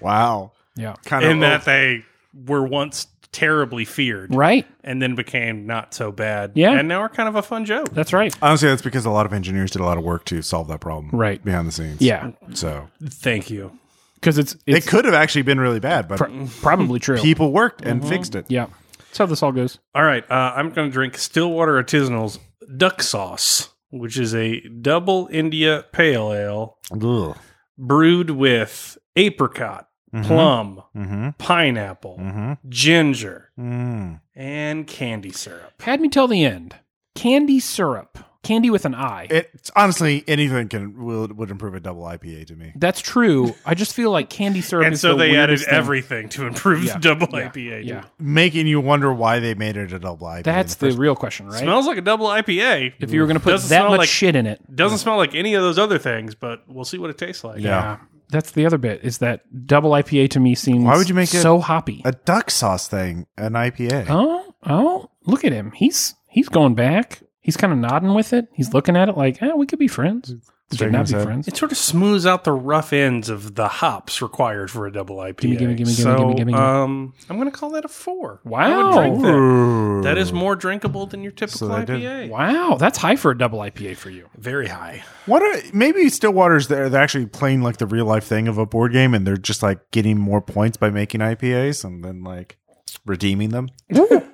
Wow,
Yeah.
kind
In that they were once terribly feared
Right.
and then became not so bad.
Yeah.
And now are kind of a fun joke.
That's right.
honestly, that's because a lot of engineers did a lot of work to solve that problem,
Right.
behind the scenes.
Yeah.
so
Thank you.
Because it's,
it
it's
could have actually been really bad, but
probably true.
people worked and
Mm-hmm.
fixed it.
yeah. That's how this all goes.
All right, uh, I'm going to drink Stillwater Artisanal's Duck Sauce, which is a double India pale ale
Ugh.
brewed with apricot,
Mm-hmm.
plum,
Mm-hmm.
pineapple,
Mm.
Mm-hmm.
ginger,
Mm.
and candy syrup.
Had me till the end. Candy syrup. Candy with an I.
It's honestly anything can will, would improve a double IPA to me.
That's true. I just feel like candy syrup
And
is
so
the
they added
weirdest thing.
everything to improve
Yeah,
the double
yeah,
IPA.
Yeah.
Making you wonder why they made it a double IPA. in
That's
the
the
first
real question, right?
Smells like a double IPA.
if you were going to put
Doesn't
that
smell
much
like-
shit in it.
Doesn't smell like any of those other things, but we'll see what it tastes like.
Yeah.
That's the other bit is that double IPA to me seems
Why would you make it-
so hoppy.
a duck sauce thing, an IPA.
oh, oh, look at him. He's he's going back. He's kind of nodding with it. He's looking at it like, eh, we could be friends. We
Shaking
could not
his
be
head.
friends.
It sort of smooths out the rough ends of the hops required for a double IPA.
Gimme, gimme, gimme, gimme,
so,
gimme, gimme, gimme.
Um, I'm going to call that a four.
Wow.
I would drink that.
Ooh.
That is more drinkable than your typical
So they did-
IPA.
Wow, that's high for a double IPA for you.
Very high.
What are maybe Stillwater's they're, they're actually playing like the real life thing of a board game and they're just like getting more points by making IPAs and then like redeeming them. it's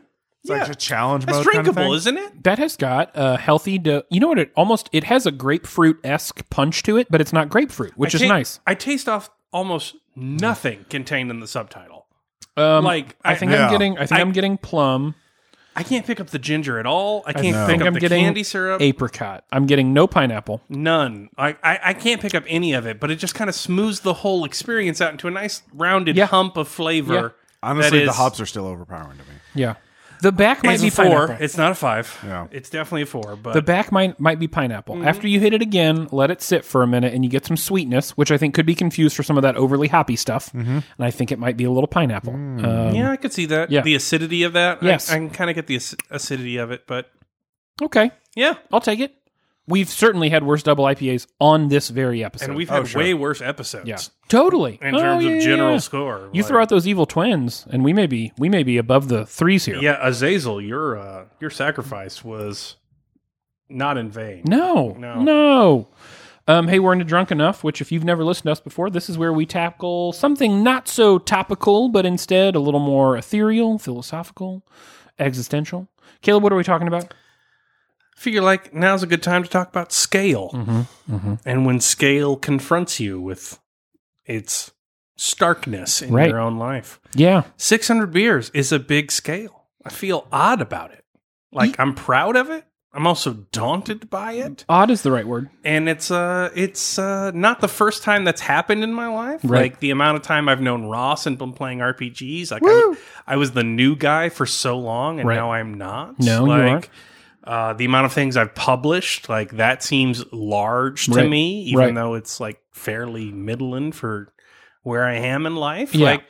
like a challenge
That's
mode. kind of
drinkable,
thing.
isn't it?
That has got a healthy. Do- you know what? It almost it has a grapefruit esque punch to it, but it's not grapefruit, which
I
is
ta-
nice.
I taste off almost nothing contained in the subtitle.
Um,
Like,
I
I-
think
Yeah.
I'm getting. I think I,
I-
am getting plum
I can't pick up the ginger at all. I can't
know.
Oh. pick
think
up
I'm
the
getting
candy syrup.
apricot. I'm getting no pineapple.
None. I, I I can't pick up any of it. But it just kind of smooths the whole experience out into a nice rounded
Yeah.
hump of flavor.
Yeah.
that
Honestly, the
is-
hops are still overpowering to me.
Yeah, the back might
It's
be
a four.
pineapple.
It's not a five.
Yeah.
It's definitely a four. But
the back might might be pineapple.
Mm-hmm.
After you hit it again, let it sit for a minute, and you get some sweetness, which I think could be confused for some of that overly hoppy stuff. And I think it might be a little pineapple. Um,
yeah, I could see that.
Yeah.
The acidity of that. I-
Yes.
I, can kind of get the ac- acidity of it. But
Okay,
yeah.
I'll take it. We've certainly had worse double IPAs on this very episode.
And we've had
oh, sure.
way worse episodes.
Yeah, totally.
in
Oh,
terms
yeah,
of general
yeah.
score.
You
like-
throw out those evil twins, and we may be we may be above the threes here.
yeah, Azazel, your uh, your sacrifice was not in vain.
No, no,
No.
Um, hey, we're into Drunk Enough, which, if you've never listened to us before, this is where we tackle something not so topical, but instead a little more ethereal, philosophical, existential. Caleb, what are we talking about?
figure like now's a good time to talk about scale and when scale confronts you with its starkness in
Right.
your own life
Yeah.
600 beers is a big scale i feel odd about it like i'm proud of it i'm also daunted by it
Odd is the right word.
and it's uh it's uh not the first time that's happened in my life
Right.
like the amount of time i've known ross and been playing rpgs like I,
Woo!
I was the new guy for so long and
Right.
now i'm not
No, you
like
aren't.
uh the amount of things i've published like that seems large to
Right.
me even
Right.
though it's like fairly middling for where i am in life
Yeah.
like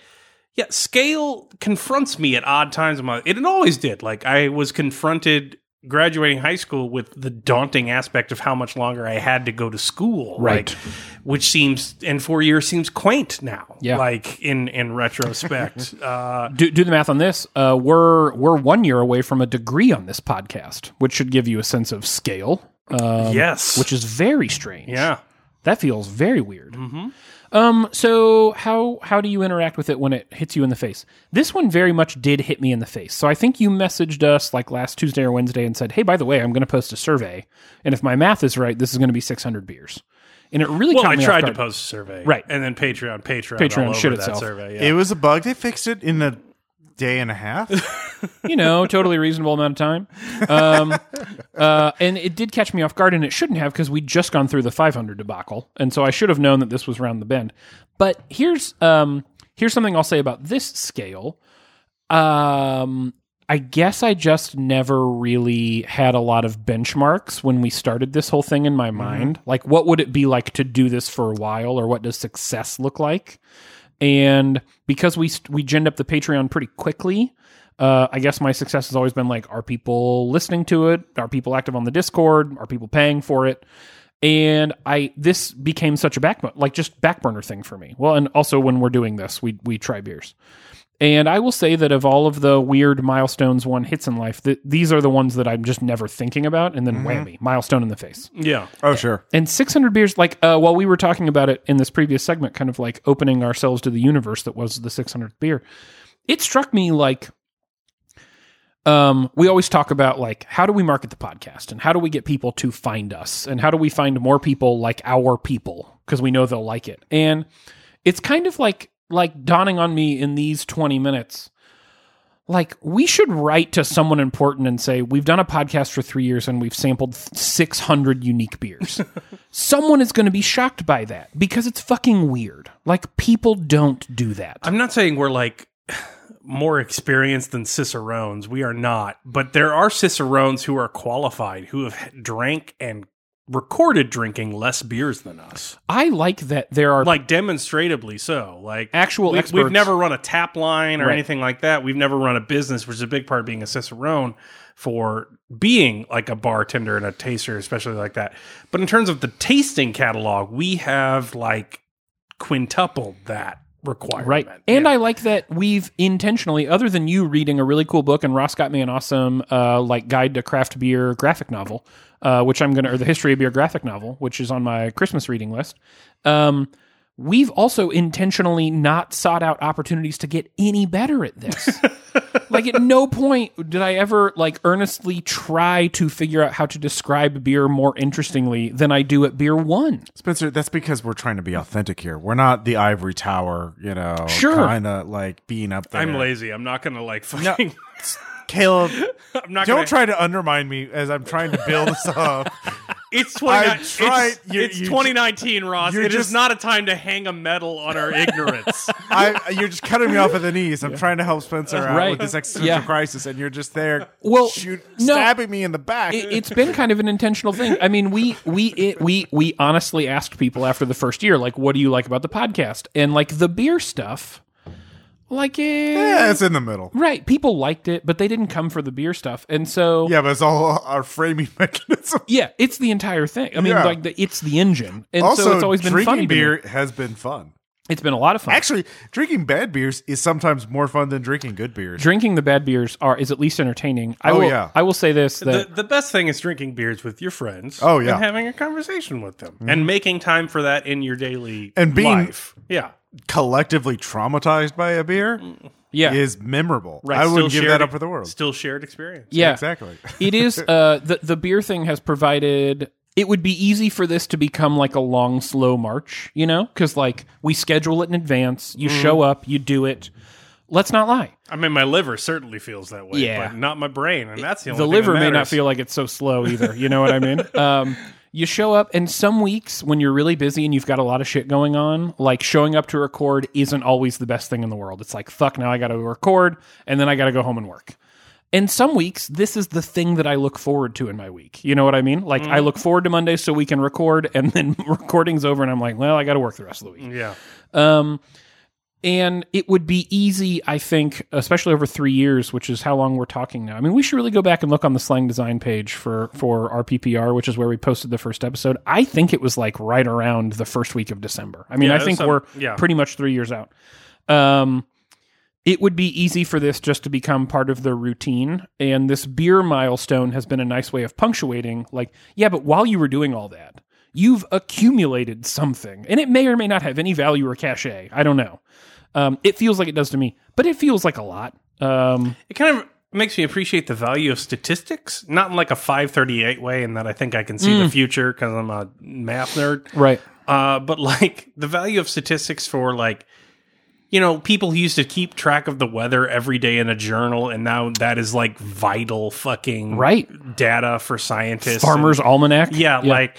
yeah, scale confronts me at odd times in my it, it always did. Like I was confronted graduating high school with the daunting aspect of how much longer I had to go to school.
Right.
like, which seems and four years seems quaint now.
Yeah.
Like in in retrospect. uh
Do, do the math on this. Uh, we're we're one year away from a degree on this podcast, which should give you a sense of scale. Um,
yes.
which is very strange.
yeah.
that feels very weird.
Mm-hmm.
Um, so how how do you interact with it when it hits you in the face? This one very much did hit me in the face. So I think you messaged us like last Tuesday or Wednesday and said, "Hey, by the way, I'm going to post a survey, and if my math is right, this is going to be 600 beers." And it really
Well,
caught
I
me off
tried to
guard.
post a survey.
Right.
And then Patreon, Patreon,
Patreon
all over
shit
that
itself.
survey.
It
Yeah.
was a bug. They fixed it in a day and a half.
you know, totally reasonable amount of time. Um, uh, and it did catch me off guard, and it shouldn't have because we'd just gone through the 500 debacle, and so I should have known that this was round the bend. But here's um, here's something I'll say about this scale. Um, I guess I just never really had a lot of benchmarks when we started this whole thing in my mind. Like, what would it be like to do this for a while, or what does success look like? and because we we ginned up the Patreon pretty quickly, uh, I guess my success has always been like: are people listening to it? Are people active on the Discord? Are people paying for it? And I this became such a back like just back burner thing for me. Well, and also when we're doing this, we we try beers. And I will say that of all of the weird milestones one hits in life, th- these are the ones that I'm just never thinking about. And then whammy, milestone in the face.
Yeah.
oh sure.
And 600 beers, like uh, while we were talking about it in this previous segment, kind of like opening ourselves to the universe that was the 600th beer, it struck me like um, we always talk about like how do we market the podcast and how do we get people to find us and how do we find more people like our people because we know they'll like it. And it's kind of like like dawning on me in these 20 minutes like we should write to someone important and say we've done a podcast for three years and we've sampled 600 unique beers someone is going to be shocked by that because it's fucking weird like people don't do that
I'm not saying we're like more experienced than cicerones. We are not, but there are cicerones who are qualified who have drank and recorded drinking less beers than us,
i like that there are
like demonstrably so. Like
Actual
we,
experts.
We've never run a tap line or
Right.
anything like that. We've never run a business, which is a big part of being a cicerone for being like a bartender and a taster, especially like that. But in terms of the tasting catalog, we have like quintupled that requirement.
Right. And I like that we've intentionally, other than you reading a really cool book, and Ross got me an awesome uh, like guide to craft beer graphic novel, uh, which I'm gonna or the history of beer graphic novel, which is on my Christmas reading list. Um, we've also intentionally not sought out opportunities to get any better at this. like at no point did I ever like earnestly try to figure out how to describe beer more interestingly than I do at beer one.
Spencer, that's because we're trying to be authentic here. We're not the ivory tower, you know,
Sure.
kind of like being up there.
I'm lazy. I'm not gonna like fucking.
Caleb,
I'm not.
don't
gonna,
try to undermine me as I'm trying to build this up.
It's 29
I tried-
It's,
you-
it's
you-
2019, Ross.
you're
It is
just-
not a time to hang a medal on our ignorance.
I, you're just cutting me off at the knees. I'm trying to help Spencer out
Right.
with this existential
Yeah.
crisis, and you're just there
Well,
shoot,
no.
stabbing me in the back.
it, it's been kind of an intentional thing. I mean, we we it, we we honestly asked people after the first year, like, what do you like about the podcast? And like the beer stuff, like, eh,
yeah, it's in the middle.
right? People liked it, but they didn't come for the beer stuff, and so
Yeah, but it's all our framing mechanism.
yeah, it's the entire thing. I mean,
Yeah.
like, the, it's the engine, and
also,
so it's always been
drinking
funny. to me.
beer has been fun.
It's been a lot of fun.
Actually, drinking bad beers is sometimes more fun than drinking good beers.
Drinking the bad beers are is at least entertaining. I
Oh,
will,
yeah.
I will say this that
The, the best thing is drinking beers with your friends.
Oh, yeah. Mm-hmm.
and having a conversation with them and making time for that in your daily
And being-
life. Yeah,
Collectively traumatized by a beer
yeah,
is memorable.
Right,
I
still
would give
shared-
that up for the world.
Still shared experience.
yeah,
Exactly.
it is uh the the beer thing has provided it would be easy for this to become like a long slow march you know because like we schedule it in advance you show up you do it let's not lie
I mean, my liver certainly feels that way,
Yeah.
but not my brain, and that's the only.
the
thing that
liver may not
matters.
feel like it's so slow either you know what i mean um you show up and some weeks when you're really busy and you've got a lot of shit going on like showing up to record isn't always the best thing in the world it's like fuck now i gotta record and then i gotta go home and work and some weeks this is the thing that i look forward to in my week you know what i mean like i look forward to monday so we can record and then recording's over and i'm like well i gotta work the rest of the week
Yeah,
um, and it would be easy, I think, especially over three years, which is how long we're talking now. I mean, we should really go back and look on the slang design page for for our PPR, which is where we posted the first episode. I think it was like right around the first week of December. I mean,
Yeah,
I
it
think
was some-
we're
yeah.
pretty much three years out. Um, it would be easy for this just to become part of the routine. And this beer milestone has been a nice way of punctuating, like, yeah, but while you were doing all that, you've accumulated something. And it may or may not have any value or cachet. I don't know. Um, it feels like it does to me, but it feels like a lot. Um,
it kind of makes me appreciate the value of statistics, not in like a five thirty eight way, in that I think I can see
Mm.
the future because I'm a math nerd.
right.
Uh, but like the value of statistics for like, you know, people who used to keep track of the weather every day in a journal, and now that is like vital fucking
Right.
data for scientists,
Farmer's Almanac.
yeah, like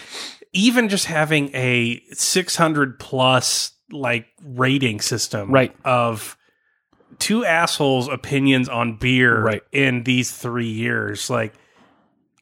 even just having a 600 plus like rating system
Right.
of two assholes opinions on beer
Right.
in these 3 years like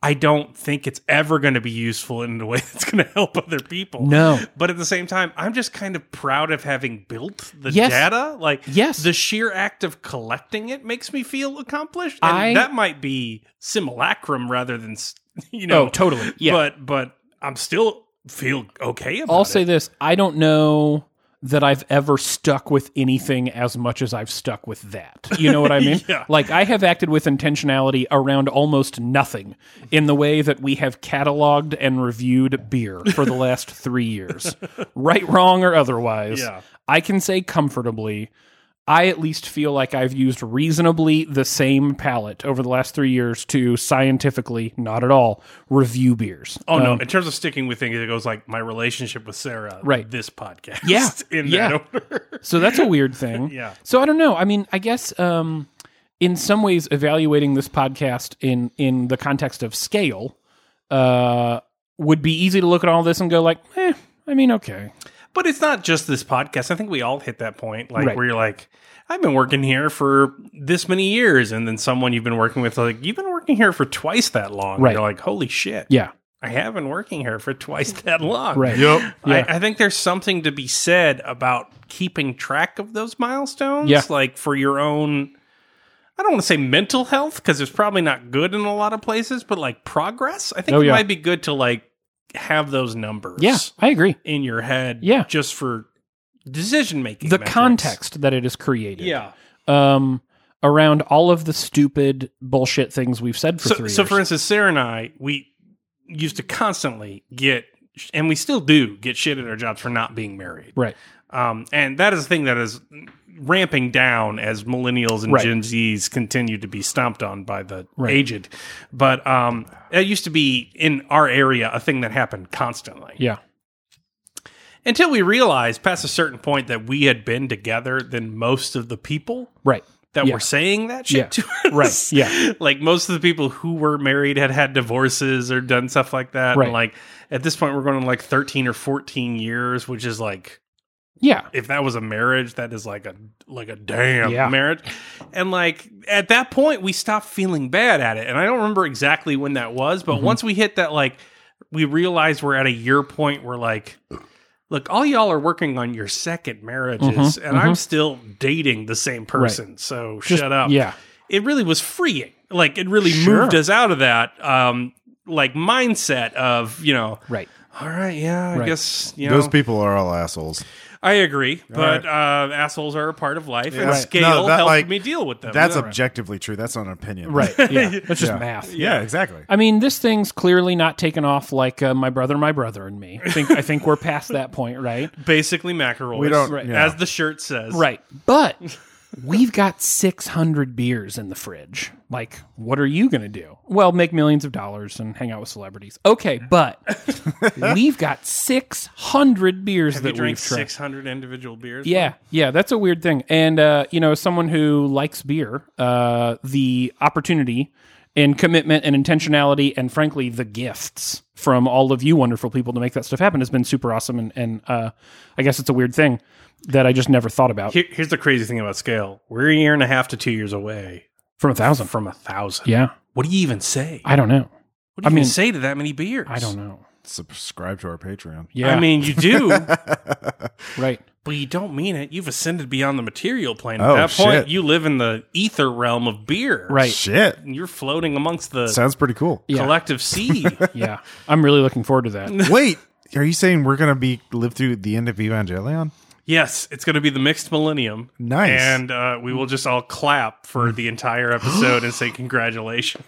I don't think it's ever going to be useful in a way that's going to help other people.
No.
But at the same time, I'm just kind of proud of having built the
Yes.
data. Like
Yes.
the sheer act of collecting it makes me feel accomplished. And
I-
that might be simulacrum rather than s- you know
Oh, totally. Yeah.
but but I'm still feel okay about
I'll
it.
say this: I don't know that I've ever stuck with anything as much as I've stuck with that. You know what I mean?
Yeah.
Like I have acted with intentionality around almost nothing in the way that we have cataloged and reviewed beer for the last three years, right, wrong, or otherwise.
Yeah.
I can say comfortably. I at least feel like I've used reasonably the same palette over the last three years to scientifically, not at all, review beers.
Oh no! In terms of sticking with things, it goes like my relationship with Sarah.
Right.
This podcast.
Yeah,
In
yeah.
that order.
So that's a weird thing.
Yeah.
So I don't know. I mean, I guess um, in some ways, evaluating this podcast in in the context of scale uh, would be easy to look at all this and go like, eh. I mean, okay.
But it's not just this podcast. I think we all hit that point, like
Right.
where you're like, I've been working here for this many years, and then someone you've been working with, like, you've been working here for twice that long.
Right.
You're like, holy shit!
Yeah.
I have been working here for twice that long.
Right.
Yep.
Yeah.
I, I think there's something to be said about keeping track of those milestones,
Yeah.
like for your own. I don't want to say mental health because it's probably not good in a lot of places, but like progress, I think
Oh,
it
yeah.
might be good to like have those numbers,
Yeah. I agree.
in your head,
Yeah.
just for decision making.
The context that it is created.
yeah.
Um, around all of the stupid bullshit things we've said for
So,
three
so
years.
for instance, Sarah and I, we used to constantly get, and we still do get shit at our jobs for not being married,
right.
Um, and that is a thing that is ramping down as millennials and
Right.
Gen Zs continue to be stomped on by the
Right.
aged. But um, it used to be in our area a thing that happened constantly
Yeah.
until we realized past a certain point that we had been together than most of the people
Right.
that
Yeah.
were saying that shit
Yeah.
to
Right.
us.
Yeah.
Like most of the people who were married had had divorces or done stuff like that.
Right.
And like at this point, we're going to like 13 or 14 years, which is like
Yeah.
if that was a marriage, that is like a like a damn
Yeah.
marriage. And like at that point, we stopped feeling bad at it. And I don't remember exactly when that was, but
Mm-hmm.
once we hit that, like we realized we're at a year point where like, look, all y'all are working on your second marriages, and I'm still dating the same person. So
Mm-hmm. Just-
shut up.
Yeah.
It really was freeing. Like it really
Sure.
moved us out of that um like mindset of, you know,
Right.
all right, yeah, I
Right.
guess you know
Those people are all assholes.
I agree, but uh, assholes are a part of life, and
Right.
scale
No, that,
helped
like,
me deal with them.
That's
Yeah.
objectively true. That's not an opinion.
Right. Yeah. That's just
Yeah.
math.
Yeah, exactly.
I mean, this thing's clearly not taken off like uh, my brother, my brother, and me. I think I think we're past that point, right?
basically mackerel.
We don't-
as
yeah.
the shirt says.
Right. But we've got 600 beers in the fridge. Like, what are you going to do? Well, make millions of dollars and hang out with celebrities. Okay, but we've got 600 beers
Have
that
you drank
we've tried.
six hundred individual beers?
Yeah, yeah, that's a weird thing. And uh, you know, as someone who likes beer, uh, the opportunity and commitment and intentionality and frankly the gifts from all of you wonderful people to make that stuff happen has been super awesome and, and uh, I guess it's a weird thing that I just never thought about.
Here, here's the crazy thing about scale: we're a year and a half to two years away
From a thousand.
from a thousand.
Yeah.
What do you even say?
I don't know.
what do you
I
even
mean-
say to that many beers?
I don't know.
Subscribe to our Patreon.
Yeah.
I mean, you do,
right.
but you don't mean it. You've ascended beyond the material plane. At
Oh,
that point,
shit.
you live in the ether realm of beer.
Right.
Shit.
And you're floating amongst the
Sounds pretty cool.
Yeah.
collective sea.
Yeah. I'm really looking forward to that.
Wait, are you saying we're gonna be live through the end of Evangelion?
yes, it's going to be the mixed millennium.
Nice.
And uh, we will just all clap for the entire episode and say congratulations.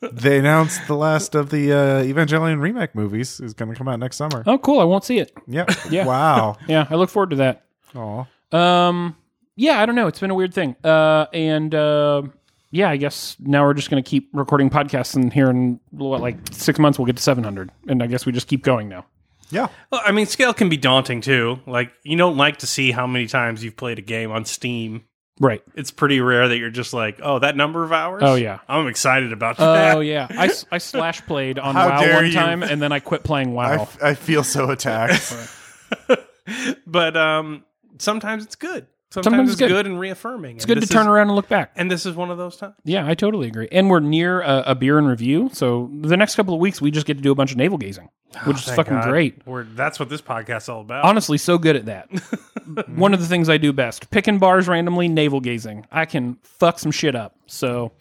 they announced the last of the uh, Evangelion remake movies is gonna come out next summer.
Oh, cool. I won't see it.
Yep.
Yeah.
Wow.
Yeah. I look forward to that.
Aw.
Um, yeah, I don't know. It's been a weird thing. Uh, and uh, yeah, I guess now we're just going to keep recording podcasts, and here in what, like six months, we'll get to 700. And I guess we just keep going now.
Yeah.
Well, I mean, scale can be daunting too. Like, you don't like to see how many times you've played a game on Steam.
Right.
It's pretty rare that you're just like, oh, that number of hours?
Oh, yeah.
I'm excited about that.
Oh, yeah. I, s- I slash played on
How
WoW
dare
one
you.
time, and then I quit playing
I,
WoW.
f- I feel so attacked.
But um, sometimes it's good. Sometimes,
Sometimes
it's
good.
good. and reaffirming.
it's good to turn around and look back.
And this is one of those times.
Yeah, I totally agree. And we're near a, a beer and review. So the next couple of weeks, we just get to do a bunch of navel gazing,
Oh,
which is
Thank
fucking
God.
great.
We're, that's what this podcast's all about.
honestly so good at that. One of the things I do best, picking bars randomly, navel gazing. I can fuck some shit up. So,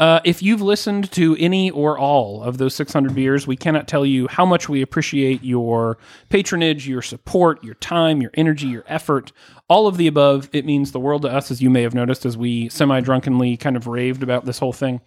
uh, if you've listened to any or all of those 600 beers, we cannot tell you how much we appreciate your patronage, your support, your time, your energy, your effort, all of the above. It means the world to us, as you may have noticed, as we semi drunkenly kind of raved about this whole thing.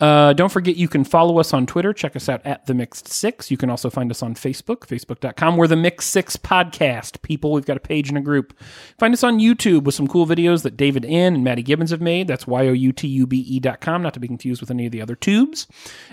Uh, don't forget, you can follow us on Twitter. Check us out at The Mixed Six. You can also find us on Facebook, facebook.com. We're The Mixed Six Podcast, people. We've got a page and a group. Find us on YouTube with some cool videos that David N. and Maddie Gibbons have made. That's Y-O-U-T-U-B-E.com, E not to be confused with any of the other tubes.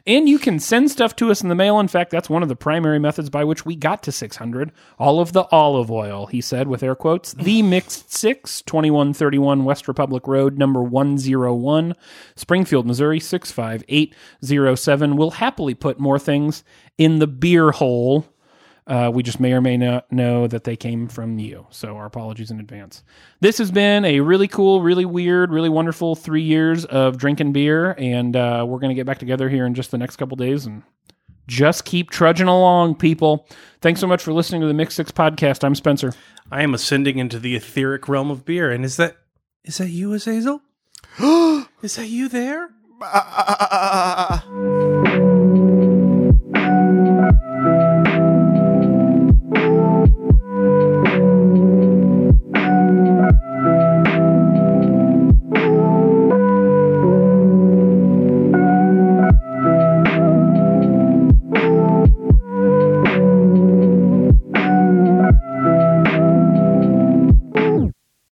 And you can send stuff to us in the mail. In fact, that's one of the primary methods by which we got to 600. All of the olive oil, he said with air quotes. The Mixed Six, 2131 West Republic Road, number 101, Springfield, Missouri, 65807. We'll happily put more things in the beer hole. Uh, we just may or may not know that they came from you. So our apologies in advance. This has been a really cool, really weird, really wonderful three years of drinking beer. And uh, we're going to get back together here in just the next couple days and just keep trudging along, people. Thanks so much for listening to the Mix Six podcast. I'm Spencer.
I am ascending into the etheric realm of beer. And is that is that you, Azazel? is that you there?
Ah, ah, ah, ah, ah, ah.